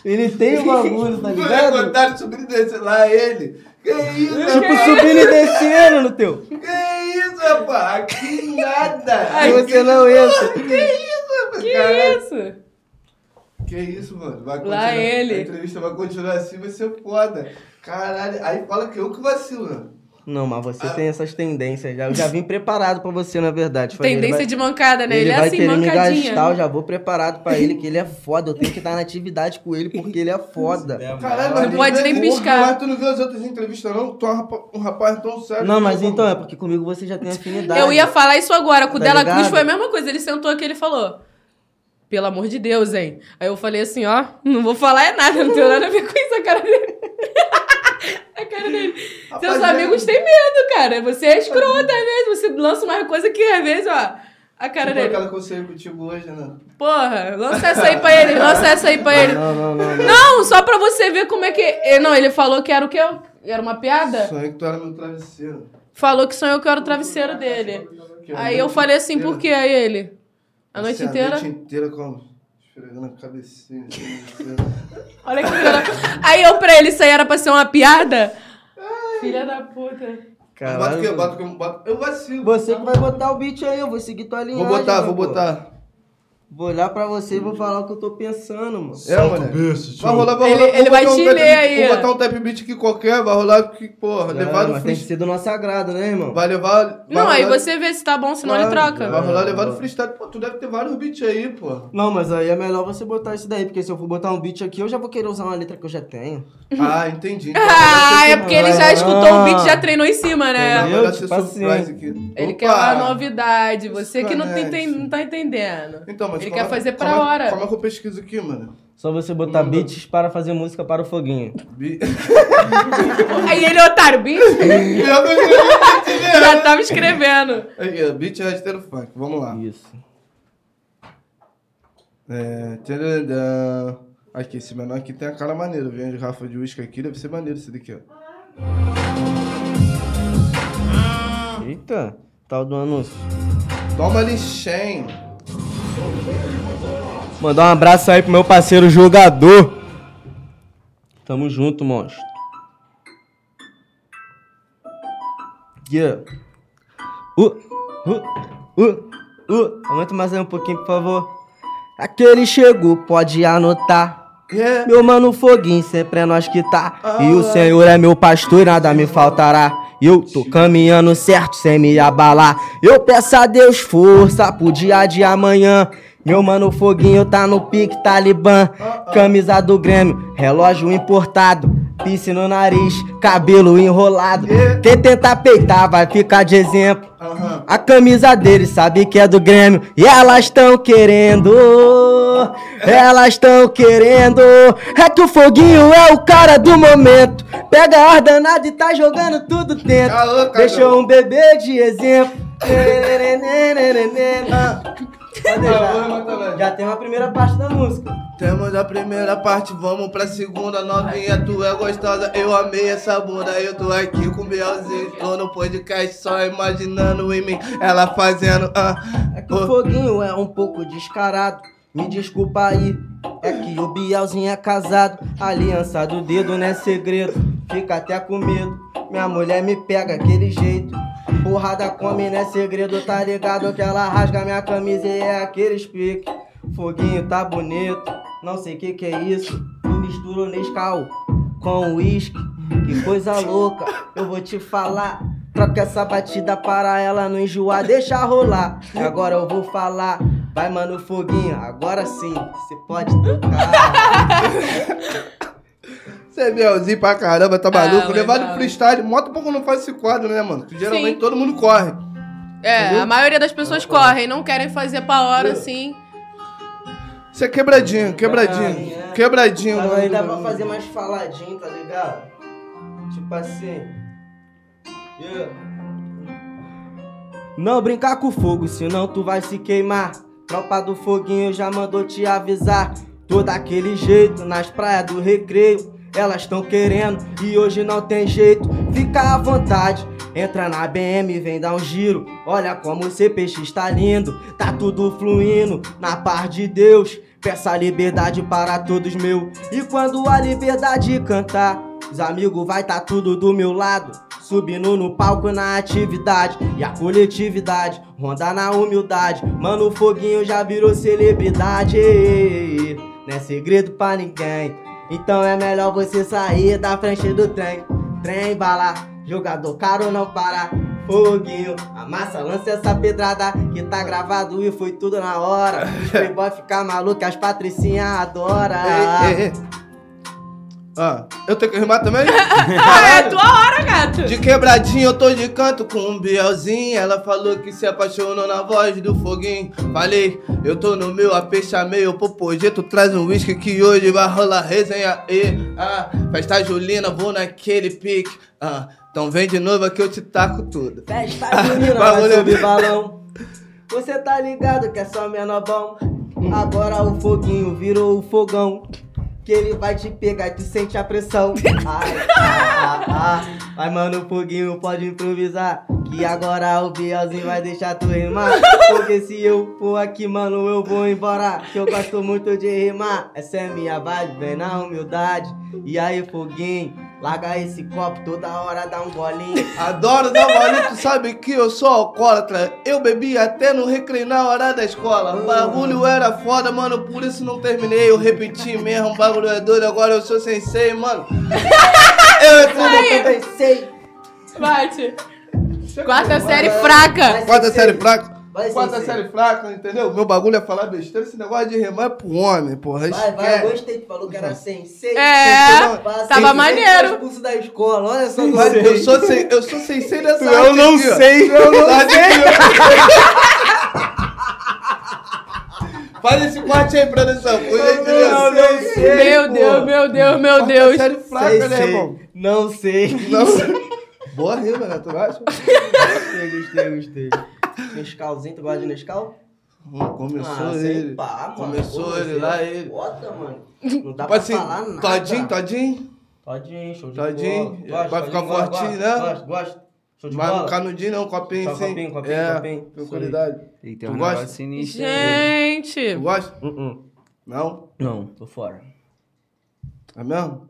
A: Ele tem o bagulho, tá
B: Não é
A: ligado?
B: contar subir e descer lá ele. Que isso,
A: Tipo,
B: rapaz?
A: subindo e descendo no teu.
B: Que isso, rapaz? Aqui nada.
A: Ai, você
B: Aqui-
A: não entra.
B: Que isso, rapaz?
C: Que
B: Caralho.
C: isso?
A: tipo,
B: Que isso, mano? Vai
C: Lá
B: continuar.
C: ele.
B: A entrevista vai continuar assim, vai ser foda. Caralho. Aí fala que eu que vacilo, né?
A: Não, mas você tem essas tendências já. Eu já vim preparado pra você, na verdade. Falei, ele
C: Tendência
A: vai-
C: de mancada, né? Ele,
A: Ele
C: é
A: vai
C: assim,
A: querer me
C: mancadinha.
A: gastar, eu já vou preparado pra ele, que ele é foda. Eu tenho que estar na atividade com ele, porque ele é foda.
B: Caralho,
C: Não
B: mas
C: pode
B: tu-
C: nem
B: tu-
C: piscar.
B: Mas tu não viu as outras entrevistas, não? Tu é um rapaz, um rapaz tão sério.
A: Não, mas então é
B: é.
A: porque comigo você já tem afinidade.
C: Eu ia falar isso agora. Com o
A: Tá
C: Dela
A: ligado?
C: Cruz foi a mesma coisa. Ele sentou aqui e ele falou: Pelo amor de Deus, hein? Aí eu falei assim: Ó, não vou falar é nada, não tem nada a ver com isso, a cara dele. a cara dele.
B: Rapaz,
C: Seus
B: é-
C: amigos têm medo, cara. Você é escrota às vezes. Você lança uma coisa que às vezes, ó. A cara
B: Tipo
C: dele.
B: aquela que eu saí contigo hoje, né?
C: Porra, lança essa aí pra ele, lança essa aí pra ele.
A: Não, não, não. não.
C: Não, só pra você ver como é que. eh, Não, ele falou que era o quê? Era uma piada?
B: Sonhei é que tu era meu travesseiro.
C: Falou que sonhou que eu era o travesseiro dele.
B: Que é
C: Aí eu falei assim, por quê? Aí ele. A noite
B: Assim,
C: inteira.
B: A noite inteira como? Esfregando a cabecinha. assim,
C: Olha que filha da... Aí eu pra ele, isso aí era pra ser uma piada? Filha da
B: assim.
C: puta.
B: Bota o que?
A: Caralho,
B: Bota o que? Bota... Eu vacilo.
A: Você que vai botar o beat aí, eu vou seguir tua linha.
B: Vou botar, vou botar.
A: Vou olhar pra você e vou falar o que eu tô pensando, mano.
B: É, mano. Vai rolar, vai
C: Ele-
B: rolar.
C: ele
B: Vou
C: vai
B: botar
C: te
B: um tap
C: ler
B: beat-
C: aí,
B: Vou
C: ó.
B: botar um tap beat aqui qualquer, vai rolar que, porra, levar
A: Caralho,
B: no
A: É, mas tem que
B: freestyle.
A: ser do nosso agrado, né, irmão?
B: Vai levar.
C: Não,
B: vai
C: aí
B: rolar-
C: você vê se tá bom, senão ele
B: Claro,
C: troca.
B: Vai rolar levar no
A: Não.
B: freestyle. Pô, tu deve ter vários beats aí, pô.
A: Não, mas aí é melhor você botar isso daí, porque se eu for botar um beat aqui, eu já vou querer usar uma letra que eu já tenho.
B: Ah, entendi. Então,
C: Ah, é
B: vai
C: porque ele já escutou o beat e já treinou em cima,
B: ser-
C: né?
A: Entendeu?
B: vai ser
A: Tipo
B: surprise
A: assim.
B: aqui.
C: Ele
B: Opa!
C: quer uma novidade, você que não,
B: Desconecte.
C: tem, não tá entendendo.
B: Então, mas
C: ele
B: como
C: quer
B: é-
C: fazer pra
B: como é-
C: hora.
B: Como é que eu pesquiso aqui, mano?
A: Só você botar beats para fazer música para o foguinho.
B: Bi- é
C: Aí ele, otário, bicho,
B: Eu não entendi.
C: já tava escrevendo.
B: Aqui, ó, Beat é rasteiro funk, vamos lá.
A: Isso.
B: É, tcharadã. Aqui, esse menor aqui tem a cara maneira. Vem de garrafa de uísque aqui, deve ser maneiro esse daqui, ó.
A: Eita, tá tal do anúncio.
B: Toma lixem.
A: Mandar um abraço aí pro meu parceiro jogador. Tamo junto, monstro. Yeah. Uh, uh, uh, uh. Aumenta mais aí um pouquinho, por favor. Aquele chegou, pode anotar.
B: Yeah.
A: Meu mano Foguinho, sempre é nós que tá. E o Senhor é meu pastor, nada me faltará. Eu tô caminhando certo, sem me abalar. Eu peço a Deus força pro dia de amanhã. Meu mano Foguinho tá no pique talibã. Camisa do Grêmio, relógio importado. Pisse no nariz, cabelo enrolado. Quem tentar peitar vai ficar de exemplo.
B: Aham.
A: A camisa dele sabe que é do Grêmio e elas estão querendo. elas estão querendo. É que o foguinho é o cara do momento. Pega a ordenada e tá jogando tudo dentro.
B: Caô, caô.
A: Deixou um bebê de exemplo. Ah, pode deixar. Já tem uma primeira parte da música.
B: Temos a primeira parte, vamos pra segunda novinha, tu é gostosa, eu amei essa bunda, eu tô aqui com o Bielzinho, tô no podcast só imaginando em mim, ela fazendo, ah,
A: É que o
B: oh,
A: foguinho é um pouco descarado. Me desculpa aí, é que o Bielzinho é casado. Aliança do dedo não é segredo, fica até com medo. Minha mulher me pega aquele jeito. Porrada come, não é segredo, tá ligado? Que ela rasga minha camisa e é aquele pique. Foguinho tá bonito, não sei o que que é isso. Me misturo Nescau com uísque, que coisa louca. Eu vou te falar, troca essa batida para ela não enjoar, deixa rolar. E agora eu vou falar, vai mano foguinho, agora sim, você pode tocar.
B: você é Bielzinho pra caramba,
A: Ah,
B: tá maluco,
C: legal.
B: levado pro freestyle, moto pouco não faz esse quadro, né, mano, Que geralmente
C: Sim.
B: todo mundo corre,
C: É, a maioria das pessoas correm, não querem fazer pra hora assim.
B: você é quebradinho, quebradinho,
A: Quebradinho, é.
B: quebradinho,
A: Mas aí dá pra
B: mano. tá
A: fazer mais faladinho, tá ligado? Tipo assim. Yeah. Não brincar com fogo, senão tu vai se queimar. Tropa do foguinho já mandou te avisar. Tô daquele jeito nas praias do recreio. Elas tão querendo e hoje não tem jeito. Fica à vontade, entra na BM, vem dar um giro. Olha como o CPX está lindo, tá tudo fluindo na paz de Deus. Peça liberdade para todos meu. E quando a liberdade cantar, os amigos vai tá tudo do meu lado. Subindo no palco na atividade e a coletividade ronda na humildade. Mano, o foguinho já virou celebridade. Não é segredo pra ninguém. Então é melhor você sair da frente do trem. Trem bala, jogador caro não para. Foguinho, amassa, lança essa pedrada que tá gravado e foi tudo na hora. Os playboy fica maluco, as patricinhas adora.
B: Ei, ei, ei. Ah, eu tenho que rimar também?
C: Ah, é tua hora, gato!
B: De quebradinho eu tô de canto com um bielzinho. Ela falou que se apaixonou na voz do foguinho. Falei, eu tô no meu AP, chamei o popojeto. Traz um uísque que hoje vai rolar resenha. E, ah, festa julina, vou naquele pique. Ah, então vem de novo que eu te taco tudo.
A: Festa junina, vai
B: Bagulho.
A: subir balão. Você tá ligado que é só menor bom. Agora o foguinho virou o fogão. Que ele vai te pegar e tu sente a pressão. Ai, ah, ah, ah. Vai, mano, o foguinho pode improvisar. Que agora o Bielzinho vai deixar tu rimar. Porque se eu for aqui, mano, eu vou embora. Que eu gosto muito de rimar. Essa é minha vibe, vem na humildade. E aí, foguinho, larga esse copo toda hora, dá um golinho.
B: Adoro dar bolinha, tu sabe que eu sou alcoólatra. Eu bebi até no recreio na hora da escola. O bagulho era foda, mano, por isso não terminei. Eu repeti mesmo, o bagulho é doido, agora eu sou sensei, mano. Eu entro no
A: Eu pensei.
C: Bate! Quarta série fraca!
B: Quarta série fraca.
A: Vai,
B: Quarta
A: sensei.
B: série fraca, entendeu? Meu bagulho é falar besteira, esse negócio de remar é pro homem, porra.
A: Vai, vai, eu
B: esquece.
A: gostei. Tu falou que era sensei.
C: É,
A: Sensei, não,
C: tava
A: sensei,
C: maneiro.
A: foi expulso da escola, olha só. é que
B: Mas eu
A: sensei.
B: sou, sen, eu sou sensei dessa
E: Eu não sei.
B: Eu não sei. Faz esse corte aí, produção. Por
A: Eu
B: gentileza.
A: não sei,
C: Meu
A: pô.
C: Deus, meu Deus, meu
B: Quarta
C: Deus!
B: série fraca,
A: Sei,
B: né,
A: sei.
B: irmão?
A: Não sei.
B: Não. Boa rima, né? Tu não acha?
A: Gostei, gostei, gostei. Nescauzinho, tu gosta de Nescau?
B: Hum, Começou
A: Ah, sei
B: ele.
A: pá, mano.
B: Começou
A: Pô,
B: ele
A: você
B: lá,
A: é
B: ele.
A: Foda, mano. Não dá
B: Tipo
A: pra
B: assim,
A: falar nada.
B: todinho, todinho.
A: Todinho, show de
B: Todinho, é,
A: bola. Gosto,
B: vai
A: show de
B: ficar
A: bola,
B: fortinho,
A: gosto,
B: né?
A: Gosto, gosto. Show de
B: Mas
A: bola.
B: um canudinho, não, um copinho,
A: Só
B: sim.
A: copinho, copinho,
B: é,
A: copinho.
B: com qualidade.
D: E tem
B: Tu
D: um
B: gosta?
D: negócio sinistro aí.
C: Gente!
B: Tu gosta?
A: Uh-uh.
B: Não?
A: Não, tô fora.
B: É mesmo?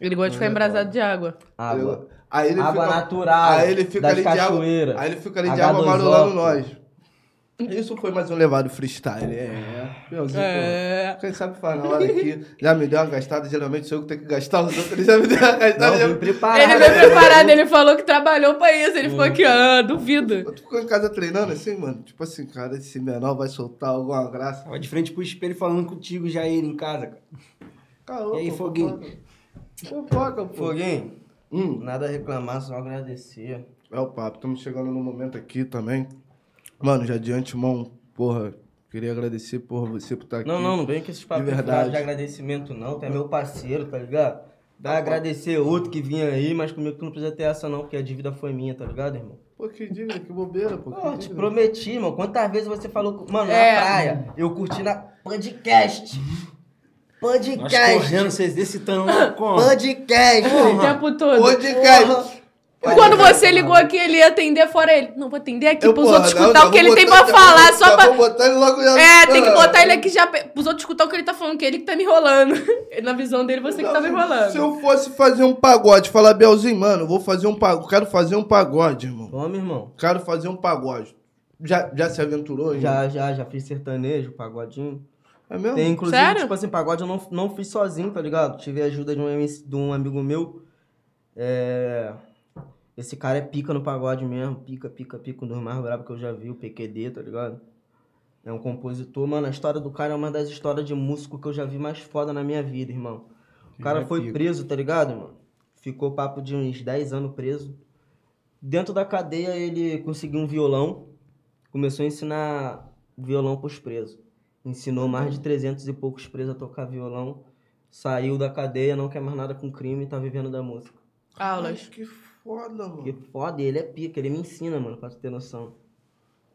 C: Ele gosta de ficar embrasado de água.
A: Água.
B: Aí ele
A: Água
B: fica,
A: natural.
B: Aí ele fica
A: das
B: ali de água.
A: cachoeiras.
B: Aí ele fica ali de
A: H2O.
B: água marolando nós. Isso foi mais um levado freestyle. É, Melzinho,
C: É.
B: pô. Quem sabe faz na hora aqui. Já me deu uma gastada, geralmente sou eu que tenho que gastar os outros. Ele já me deu uma gastada.
A: Não,
B: já-
A: vim preparado. né?
C: Ele veio preparado, ele falou que trabalhou pra isso. Ele ficou aqui, ah, duvido.
B: Tu ficou em casa treinando assim, mano? Tipo assim, cara, esse menor vai soltar alguma graça.
D: Tava de frente pro espelho falando contigo já ele em casa, cara.
B: Caô,
D: E aí,
B: pô,
D: Foguinho?
B: Fofoca, Fofoca, pô.
A: Foguinho,
B: Hum,
A: nada a reclamar, só agradecer.
B: é o papo. Estamos chegando no momento aqui também. Mano, já de antemão, porra, Queria agradecer por você por estar aqui.
A: Não, não, não vem com esses papos
B: De verdade.
A: de agradecimento, não. Tu é meu parceiro, tá ligado? Dá a agradecer outro que vinha aí, mas comigo tu não precisa ter essa, não, porque a dívida foi minha, tá ligado, irmão?
B: Pô, que dívida, que bobeira, pô. que
A: Pô, te
B: dívida.
A: prometi, mano. Quantas vezes você falou. com- Mano,
C: É.
A: na praia, eu curti na podcast.
D: Nós
A: Podcast.
D: correndo, vocês excitando lá como?
A: Podcast.
C: O tempo todo.
B: Podcast.
C: Quando você ligou aqui, ele ia atender fora ele. Não, vou atender aqui pros
B: porra,
C: Tipo, outros
B: não,
C: escutar
B: já
C: o que
B: vou
C: ele tem
B: botar- tá
C: pra
B: já
C: falar,
B: vou-
C: só
B: já
C: pra...
B: vou botar ele logo já.
C: É, tem que botar ele aqui já. pe- Pros outros escutar o que ele tá falando, que ele que tá me enrolando. Na visão dele, você que tá me
B: Se
C: enrolando.
B: eu fosse fazer um pagode, falar, Belzinho, mano, eu vou fazer um pagode. Quero fazer um pagode, irmão.
A: Toma, irmão.
B: Quero fazer um pagode. Já, já se aventurou? irmão?
A: Já, já, já fiz sertanejo, pagodinho.
B: É mesmo?
A: Tem, inclusive,
C: Sério?
A: tipo assim, pagode eu não, não fiz sozinho, tá ligado? Tive a ajuda de um, MC de um amigo meu. É, Esse cara é pica no pagode mesmo. Pica, pica, pica. Um dos mais bravos que eu já vi, o PQD, tá ligado? É um compositor. Mano, a história do cara é uma das histórias de músico que eu já vi mais foda na minha vida, irmão. O cara
B: Ele é
A: foi
B: pica.
A: preso, tá ligado, mano? Ficou papo de uns 10 anos preso. Dentro da cadeia, ele conseguiu um violão. Começou a ensinar violão pros presos. Ensinou mais de 300 e poucos presos a tocar violão. Saiu da cadeia, não quer mais nada com crime, tá vivendo da música.
C: Aulas.
B: Mas que foda, mano.
A: Que foda, ele é pica, ele me ensina, mano, pra tu ter noção.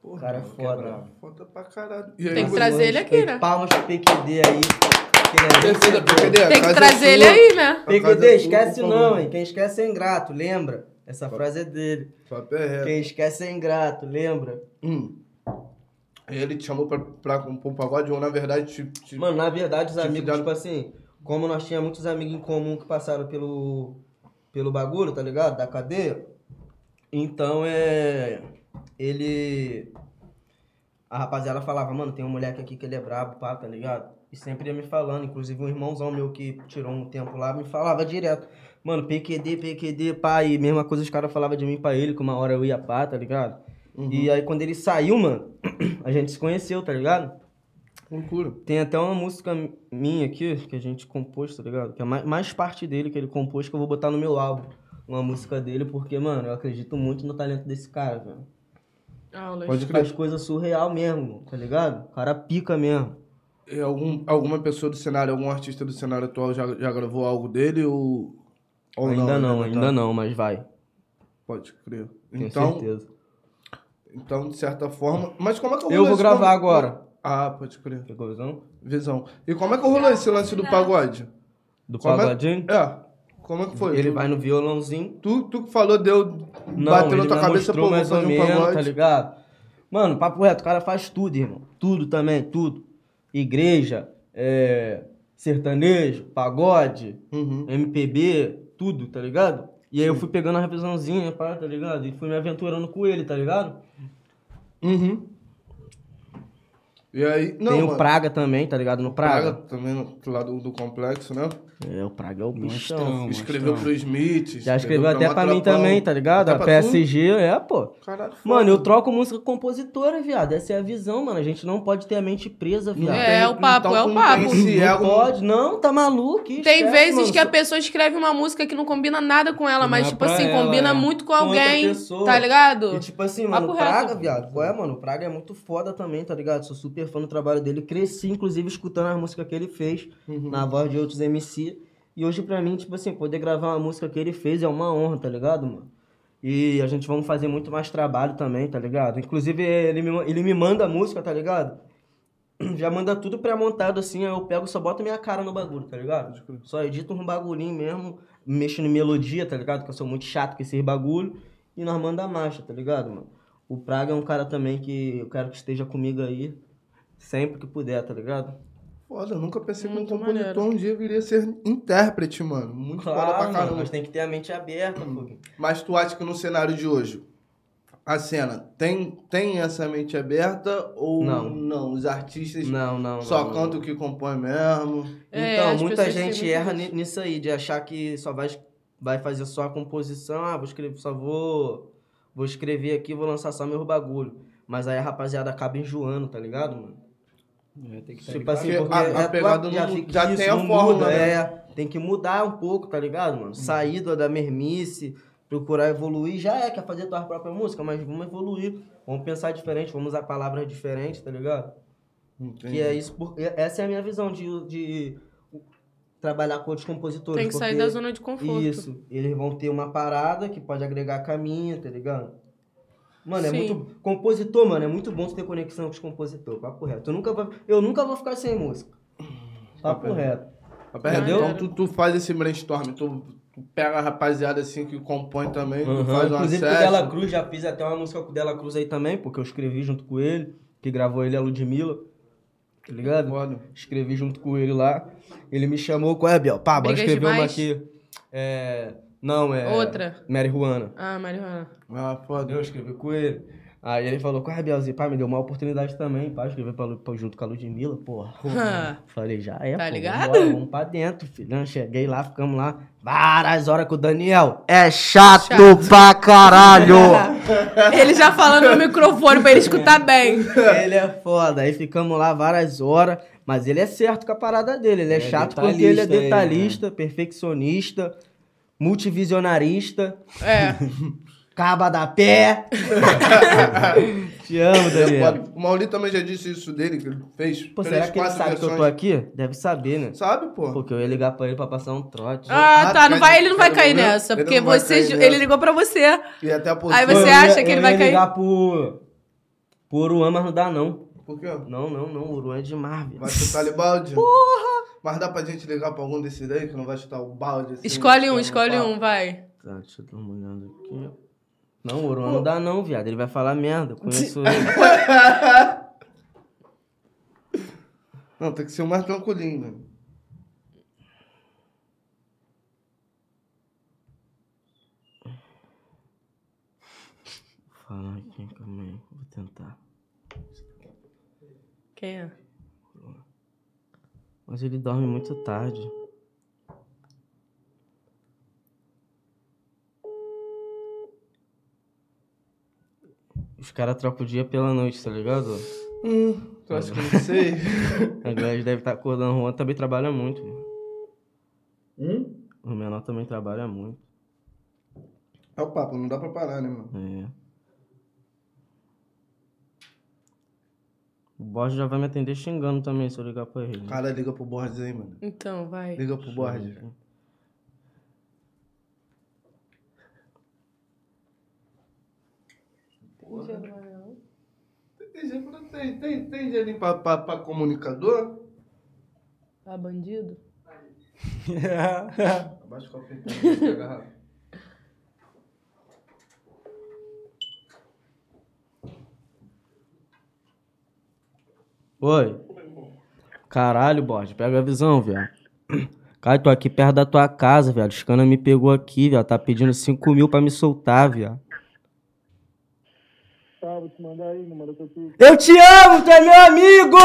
B: Porra,
A: cara é
B: mano,
A: foda.
B: que brabo. Foda pra caralho. E aí,
C: Tem que
B: você-
C: trazer ele aqui, né?
A: Palmas pro PQD aí. que ele é bem
B: Terceira,
A: seguro.
B: brincadeira,
C: Tem que
B: faz
C: trazer ele
B: é sua.
C: aí, né?
A: PQD, esquece
B: é Por
A: não,
B: favor.
A: hein? Quem esquece é ingrato, lembra? Essa frase é dele.
B: Papel reto.
A: Quem esquece é ingrato, lembra?
B: Hum. Ele te chamou pra, pra compor um pagode ou na verdade te. te-
A: Mano, na verdade, os
B: Tipo,
A: amigos,
B: dá-
A: tipo assim, como nós tínhamos muitos amigos em comum que passaram pelo, pelo bagulho, tá ligado? Da cadeia. Então é. Ele. A rapaziada falava, mano, tem um moleque aqui que ele é brabo, pá, tá ligado? E sempre ia me falando, inclusive um irmãozão meu que tirou um tempo lá, me falava direto. Mano, PQD, PQD, pá, e mesma coisa os caras falavam de mim pra ele, que uma hora eu ia pá, tá ligado?
B: Uhum.
A: E aí quando ele saiu, mano, a gente se conheceu, tá ligado?
B: Loucura.
A: Tem até uma música minha aqui que a gente compôs, tá ligado? Que é mais, mais parte dele que ele compôs que eu vou botar no meu álbum. Uma música dele, porque, mano, eu acredito muito no talento desse cara, velho.
C: Aulas.
B: Pode
A: Ele
B: crer.
A: faz coisa surreal mesmo, tá ligado? O cara pica mesmo.
B: E É algum, alguma pessoa do cenário, algum artista do cenário atual já, já gravou algo dele ou. ou
A: ainda não, ainda
B: tá?
A: não, mas vai.
B: Pode crer.
A: Tenho
B: Então,
A: certeza.
B: então, de certa forma. Mas como é que
A: Eu vou
B: esse-
A: gravar agora.
B: Ah, pode crer.
A: Pegou a visão?
B: Visão. E como é que rolou esse lance do pagode?
A: Do
B: Como é-
A: pagodinho?
B: É. Como é que foi?
A: Ele
B: tu,
A: vai no violãozinho.
B: tu, tu que falou, deu.
A: Não,
B: bateu
A: ele
B: na tua
A: me
B: cabeça,
A: mostrou
B: pô, vou
A: mais ou
B: fazer um
A: menos, tá
B: pagode.
A: ligado? Mano, papo reto, o cara faz tudo, irmão. Tudo também, tudo. Igreja, é, sertanejo, pagode,
B: Uhum.
A: MPB, tudo, tá ligado? E aí eu fui pegando a revisãozinha, pá, tá ligado? E fui me aventurando com ele, tá ligado?
B: Uhum. E aí. Não,
A: Tem
B: mano,
A: o Praga também, tá ligado? No
B: Praga
A: Praga.
B: também no lado do complexo, né?
A: É, o Praga é o bichão.
D: Monstrão.
B: Escreveu pro Smith.
A: então. Já escreveu até pra mim
B: Matrapão.
A: também, tá ligado?
B: Até pra
A: A PSG, é, pô.
B: tu? Caralho, foda.
A: Mano, eu troco música com compositora, viado. Essa é a visão, mano. A gente não pode ter a mente presa,
B: Não
A: viado.
C: É,
B: tem-
C: o papo,
B: então
C: é o
B: tu não
C: papo.
B: tem esse
A: Não
B: ego-
A: pode, não, tá maluco.
C: Tem
A: esquece,
C: vezes
A: mano.
C: que é a pessoa escreve uma música que não combina nada com ela,
D: Não
C: mas,
D: é
C: tipo
D: pra
C: assim,
D: ela,
C: combina
D: é.
C: muito com
A: Com outra
C: alguém,
A: pessoa.
C: tá ligado?
A: E tipo assim, mano, o
C: Papo reto.
A: Praga, viado, qual é, mano? O Praga é muito foda também, tá ligado? Sou super fã do trabalho dele. Cresci, inclusive, escutando as músicas que ele fez,
B: Uhum.
A: na voz de outros MC. E hoje, pra mim, tipo assim, poder gravar uma música que ele fez é uma honra, tá ligado, mano? E a gente vamos fazer muito mais trabalho também, tá ligado? Inclusive, ele me, ele me manda a música, tá ligado? Já manda tudo pré-montado assim, aí eu pego, só boto minha cara no bagulho, tá ligado?
B: Pode crer.
A: Só edito um bagulhinho mesmo, mexo em melodia, tá ligado? Que eu sou muito chato com esses bagulho. E nós manda a marcha, tá ligado, mano? O Praga é um cara também que eu quero que esteja comigo aí, sempre que puder, tá ligado?
B: Foda, eu nunca pensei que um
C: Muito
B: compositor
C: maneiro.
B: um dia viria a ser intérprete, mano. Muito foda pra
A: Claro,
B: caramba.
A: mano, mas tem que ter a mente aberta, pô.
B: Mas tu acha que no cenário de hoje, a cena tem, tem essa mente aberta ou
A: Não.
B: Os artistas
A: Não, não,
B: só
A: não,
B: cantam o que compõem mesmo.
C: É,
A: Então,
C: as
A: muita
C: pessoas têm
A: gente
C: muito
A: erra
C: isso.
A: ni- nisso aí, de achar que só vai, es- vai fazer só a composição, ah, vou escrever, só vou, vou escrever aqui, vou lançar só meu bagulho. Mas aí a rapaziada acaba enjoando, tá ligado, mano? Tipo assim,
B: Porque
A: porque
B: a- a
A: é tua-
B: pegada
A: já,
B: não-
A: fica-
B: já
A: isso
B: tem a
A: não
B: fórmula,
A: muda,
B: né? Uhum.
A: é, tem que mudar um pouco, tá ligado, mano? Sair da da mermice, procurar evoluir, já é, quer fazer tua própria música, mas vamos evoluir, vamos pensar diferente, vamos usar palavras diferentes, tá ligado?
B: Entendi.
A: Que é isso, por- essa é a minha visão de, de trabalhar com outros compositores.
C: Tem que sair
A: porque-
C: da zona de conforto.
A: Isso, eles vão ter uma parada que pode agregar caminho, tá ligado? Mano, é
C: Sim.
A: muito. Compositor, mano, é muito bom tu ter conexão com os compositores, papo reto. Eu nunca, vou- eu nunca vou ficar sem música. Papo
B: Papo
A: reto.
B: Rapaz,
C: Entendeu?
B: Então tu, tu faz esse brainstorm, tu, tu pega a rapaziada assim que compõe também, tu faz uma
A: Inclusive com o
B: session.
A: Dela Cruz, já fiz até uma música com o Dela Cruz aí também, porque eu escrevi junto com ele, que gravou ele é a Ludmilla. Tá ligado?
B: Foda.
A: Escrevi junto com ele lá. Ele me chamou, qual é, Biel? Pá, bora
C: Brigas
A: escrever uma
C: demais?
A: aqui. É. Não, é.
C: Outra.
A: Mary Juana.
C: Ah, marihuana.
B: Ah, foda.
A: Eu escrevi com ele. Aí ele falou com a Rabielzinho, pá, me deu uma oportunidade também, pá, escrever pra, Lu- pra- junto com a Ludmilla, porra.
C: Ah.
A: Falei, já é,
C: Tá
A: pô,
C: ligado?
A: vambora, vamos pra dentro, filhão. Cheguei lá, ficamos lá várias horas com o Daniel. É chato,
C: Chato.
A: pra caralho!
C: Ele já falando no microfone pra ele escutar bem.
A: ele é foda. Aí ficamos lá várias horas, mas ele é certo com a parada dele. Ele é,
D: É
A: chato porque ele é
D: detalhista,
C: né?
D: ele,
A: detalhista, perfeccionista, multivisionarista,
C: É.
A: caba da pé. Te amo,
B: Entendeu?
A: Daniel.
B: é Foda. O Mauli também já disse isso dele, que ele fez.
A: É. Pô,
B: três,
A: será que ele
B: quatro
A: sabe que eu tô
B: versões.
A: aqui? Deve saber, né?
B: Sabe, pô.
A: Porque eu ia ligar pra ele pra passar um trote.
C: Ah,
B: Ah,
C: tá. Não
B: tá,
C: vai, ele não vai
B: ele
C: cair
B: não-
C: nessa.
B: ele
C: Porque
B: não vai
C: você,
B: cair
C: ele
B: nessa.
C: ligou pra você.
B: E até por...
C: Aí
A: Pô,
C: você
A: eu ia-
C: acha que ele vai
A: Eu
C: cair?
A: ia ligar pro... Pro Uruan, mas não dá, não.
C: é-
B: Por quê?
A: Não, não, não. O Uruan é de Marvel.
B: Vai chutar o balde? Porra! Mas dá pra gente ligar pra algum desses daí que não vai chutar o balde? assim,
C: Escolhe um,
B: no
C: escolhe
B: papo?
C: um, vai.
A: Tá, deixa eu dar uma olhada aqui. Não, o Uruan não dá, não, viado. Ele vai falar merda. Eu conheço ele.
B: Não, tem que ser o mais tranquilinho, né? mano.
A: Vou falar aqui, calma aí. Vou tentar.
C: Quem é?
A: Mas ele dorme muito tarde. Os caras trocam o dia pela noite, tá ligado?
B: Tu acha que eu não sei?
A: A galera deve estar acordando. O Juan também trabalha muito. Hum? O menor também trabalha muito.
B: É o papo, não dá pra parar, né, mano?
A: É. O Borges já vai me atender xingando também se eu ligar pra ele.
B: Cara, liga pro Borges aí, mano.
C: Então, vai.
B: Liga pro Borges. Tem jeito, não tem, tem, tem gelinho pra, pra, pra comunicador?
C: Tá bandido?
B: Abaixa o copinho, pega a garrafa.
A: Oi. Caralho, Borges, pega a visão, viado. Cai, tô aqui perto da tua casa, viado. Os cana me pegou aqui, viado. Tá pedindo 5 mil pra me soltar, viado. Tá, vou te mandar aí, Eu te amo, tu é meu amigo!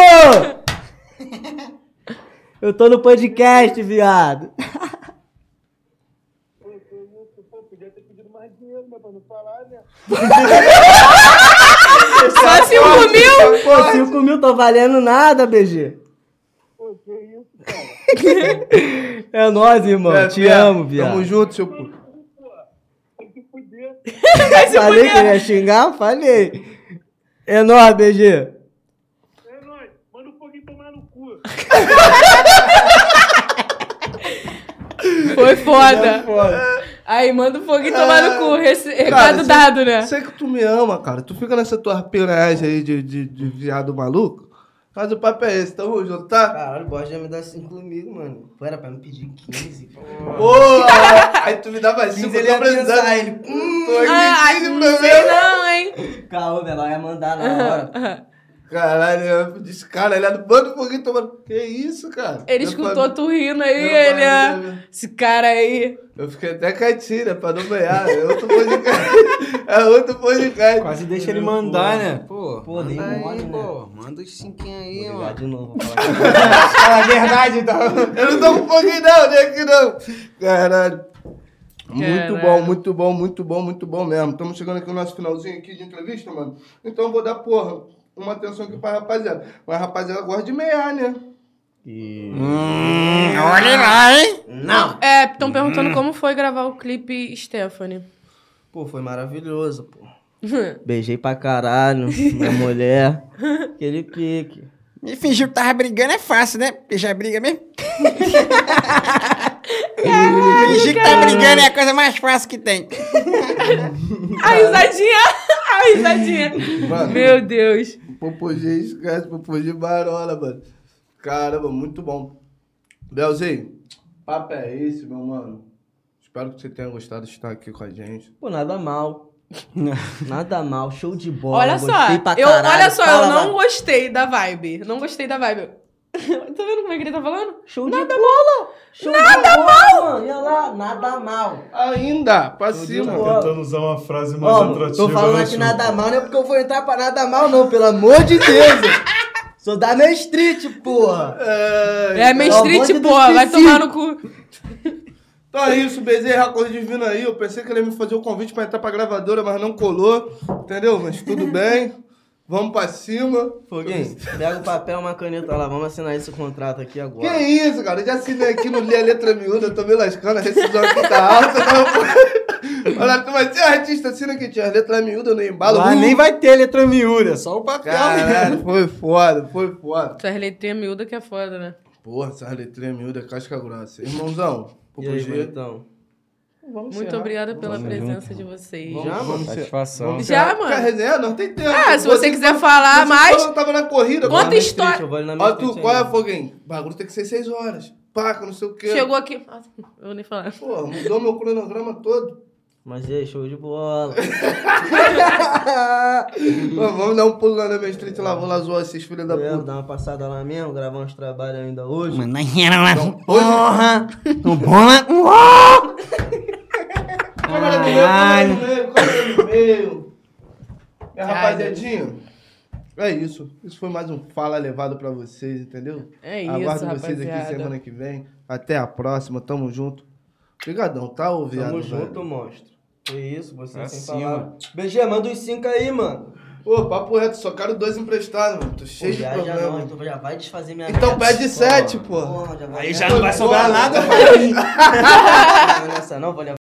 A: Eu tô no podcast, viado.
C: Só 5 mil?
A: Pô, 5 mil tá valendo nada, BG. Pô, que isso, cara. É nóis, irmão.
B: É,
A: Te
B: viado,
A: amo, viado.
B: Tamo junto, seu puto.
C: é
A: Falei que eu ia xingar, falei. É nóis, BG.
C: Foi
A: é
C: foda. Aí manda o fogo e tomar no cu. Esse
B: Ah, Cara, é
C: recado
B: cê-
C: dado, né?
B: Sei que tu me ama, cara. Tu fica nessa tua piranhagem aí de, de, de viado maluco. Mas o papo é esse, tamo junto, tá?
A: Caralho, o Borges ia me dar 5 mil, mano. Era pra me pedir 15.
B: Boa! aí tu me dava cinco, eu tô precisando. Hum,
A: ele. "Hum."
B: Tô aqui,
C: Ah, Ai,
B: quinze
C: não
B: pra
C: sei
B: ver.
C: não, hein?
A: Caô, velho, ela ia mandar na hora.
B: Caralho, descaralhado. Manda um pouquinho tomando. Que isso, cara?
C: Ele
B: Eu
C: escutou
B: falei-
C: tu rindo aí,
B: Eu
C: ele.
B: falei,
C: ah, Esse cara aí.
B: Eu fiquei até quietinho, né? Pra não ganhar. É outro podcast. É outro podcast.
D: Quase deixa ele mandar, né? Pô,
A: Pô, dei
D: manda aí,
A: mole, né?
D: pô. Manda os cinquinhos aí,
A: Vou ligar
D: mano.
A: de novo. vou falar.
D: Fala a verdade, então.
B: Eu não tô com foguinho, não, nem aqui não. Caralho. Muito
C: Caralho.
B: bom, muito bom, muito bom, muito bom mesmo. Estamos chegando aqui no nosso finalzinho aqui de entrevista, mano. Então eu vou dar, porra, uma atenção aqui pra rapaziada. Mas a rapaziada gosta de meiar, né?
D: Olha lá, hein?
C: É, estão
A: Hum.
C: perguntando como foi gravar o clipe Stephanie.
A: Pô, foi maravilhoso, pô. Beijei pra caralho, minha mulher. Aquele pique.
F: Me fingiu que tava brigando é fácil, né? Porque já briga mesmo. fingir que tá brigando é a coisa mais fácil que tem.
C: A risadinha! A risadinha!
B: Mano.
C: Meu Deus!
B: Popogê esquece, Popogê barola, mano. Caramba, muito bom. Belzinho, papo é esse, meu mano. Espero que você tenha gostado de estar aqui com a gente.
A: Pô, nada mal. nada mal, show de bola.
C: Olha só,
A: gostei pra
C: eu,
A: caralho.
C: olha só,
A: Fala,
C: eu não
A: vai.
C: gostei da vibe. Não gostei da vibe. tá vendo como é que ele tá falando?
A: Show de
C: Nada
A: bola.
C: bola!
A: Show nada mal! Mano. Olha lá, nada mal.
B: Ainda, pra
A: Tô de
B: cima.
A: boa.
G: Tentando usar uma frase mais
A: Ó,
G: atrativa.
A: tô falando
G: né,
A: aqui
G: Chico?
A: nada mal, não é porque eu vou entrar pra nada mal, não, pelo amor de Deus. eu Sou da Main Street, porra.
C: É, Main
A: é o bonde
C: Street,
A: do
C: porra, vai
A: esquecido.
C: tomar no cu.
B: Então é isso, Bezerra, a coisa divina aí. Eu pensei que ele ia me fazer o convite pra entrar pra gravadora, mas não colou. Entendeu? Mas tudo bem. Vamos pra cima.
A: Foguinho, pega o papel e uma caneta lá, vamos assinar esse contrato aqui
B: Que
A: agora.
B: isso, cara? Eu já assinei aqui, não li a letra miúda, eu tô me lascando, a rescisão aqui tá alta. Não, pô. Olha, tu vai ser artista, assina aqui, tinha as letras miúdas no embalo.
F: Lá
B: Uh,
F: nem vai ter letra miúda, só o papel.
B: Caralho, foi foda, foi foda.
C: Essas letrinhas miúdas que é foda, né?
B: Porra, essas letrinhas miúdas, casca grossa. Irmãozão,
A: E aí,
B: Popogê,
A: bonitão?
C: Muito obrigada pela presença de vocês.
A: Já, mano?
F: Satisfação.
C: Já,
B: Fica
C: mano.
B: resenhando, não tem tempo.
C: Ah, se você quiser falar mais,
B: Eu tava na corrida,
C: Conta
B: pô.
A: Main Street,
C: história.
A: eu vou ali na Main
B: Ó, tu,
A: Street
B: qual é,
A: ainda.
B: Foguinho? O bagulho tem que ser seis horas. Paca, não sei o quê.
C: chegou aqui. Ah, eu vou nem falar.
B: Pô, mudou meu cronograma todo.
A: Mas e aí, show de bola.
B: Pô, vamos dar um pulo lá na minha street lá, vou lá zoar esses filhos da
A: Vamos
B: puta.
A: dar uma passada lá mesmo, gravar uns trabalhos ainda hoje.
F: Mano, era uma
B: Hoje-
F: porra. Tô bom, né? Uou!
B: Câmera no meio, câmera no meio, câmera no meio. Minha rapaziadinha, é isso. Isso foi mais um Fala Levado pra vocês, entendeu?
C: É isso,
B: Aguardo vocês aqui
C: rapaziada.
B: semana que vem. Até a próxima, tamo junto. Obrigadão, tá, ô viado?
A: Tamo
B: velho?
A: junto, monstro. Que isso, você
F: Pra
A: sem
F: cima.
A: falar. BG, manda os cinco aí, mano.
B: Ô, papo reto, só quero dois emprestados, mano. Tô cheio
A: Pô,
B: de
A: já, já
B: problema.
A: não, então já vai desfazer minha
B: Então
A: meta.
B: pede sete, pô.
A: Porra, já vai
F: Aí já não vai sobrar nada,
A: Não, nessa não, vou levar.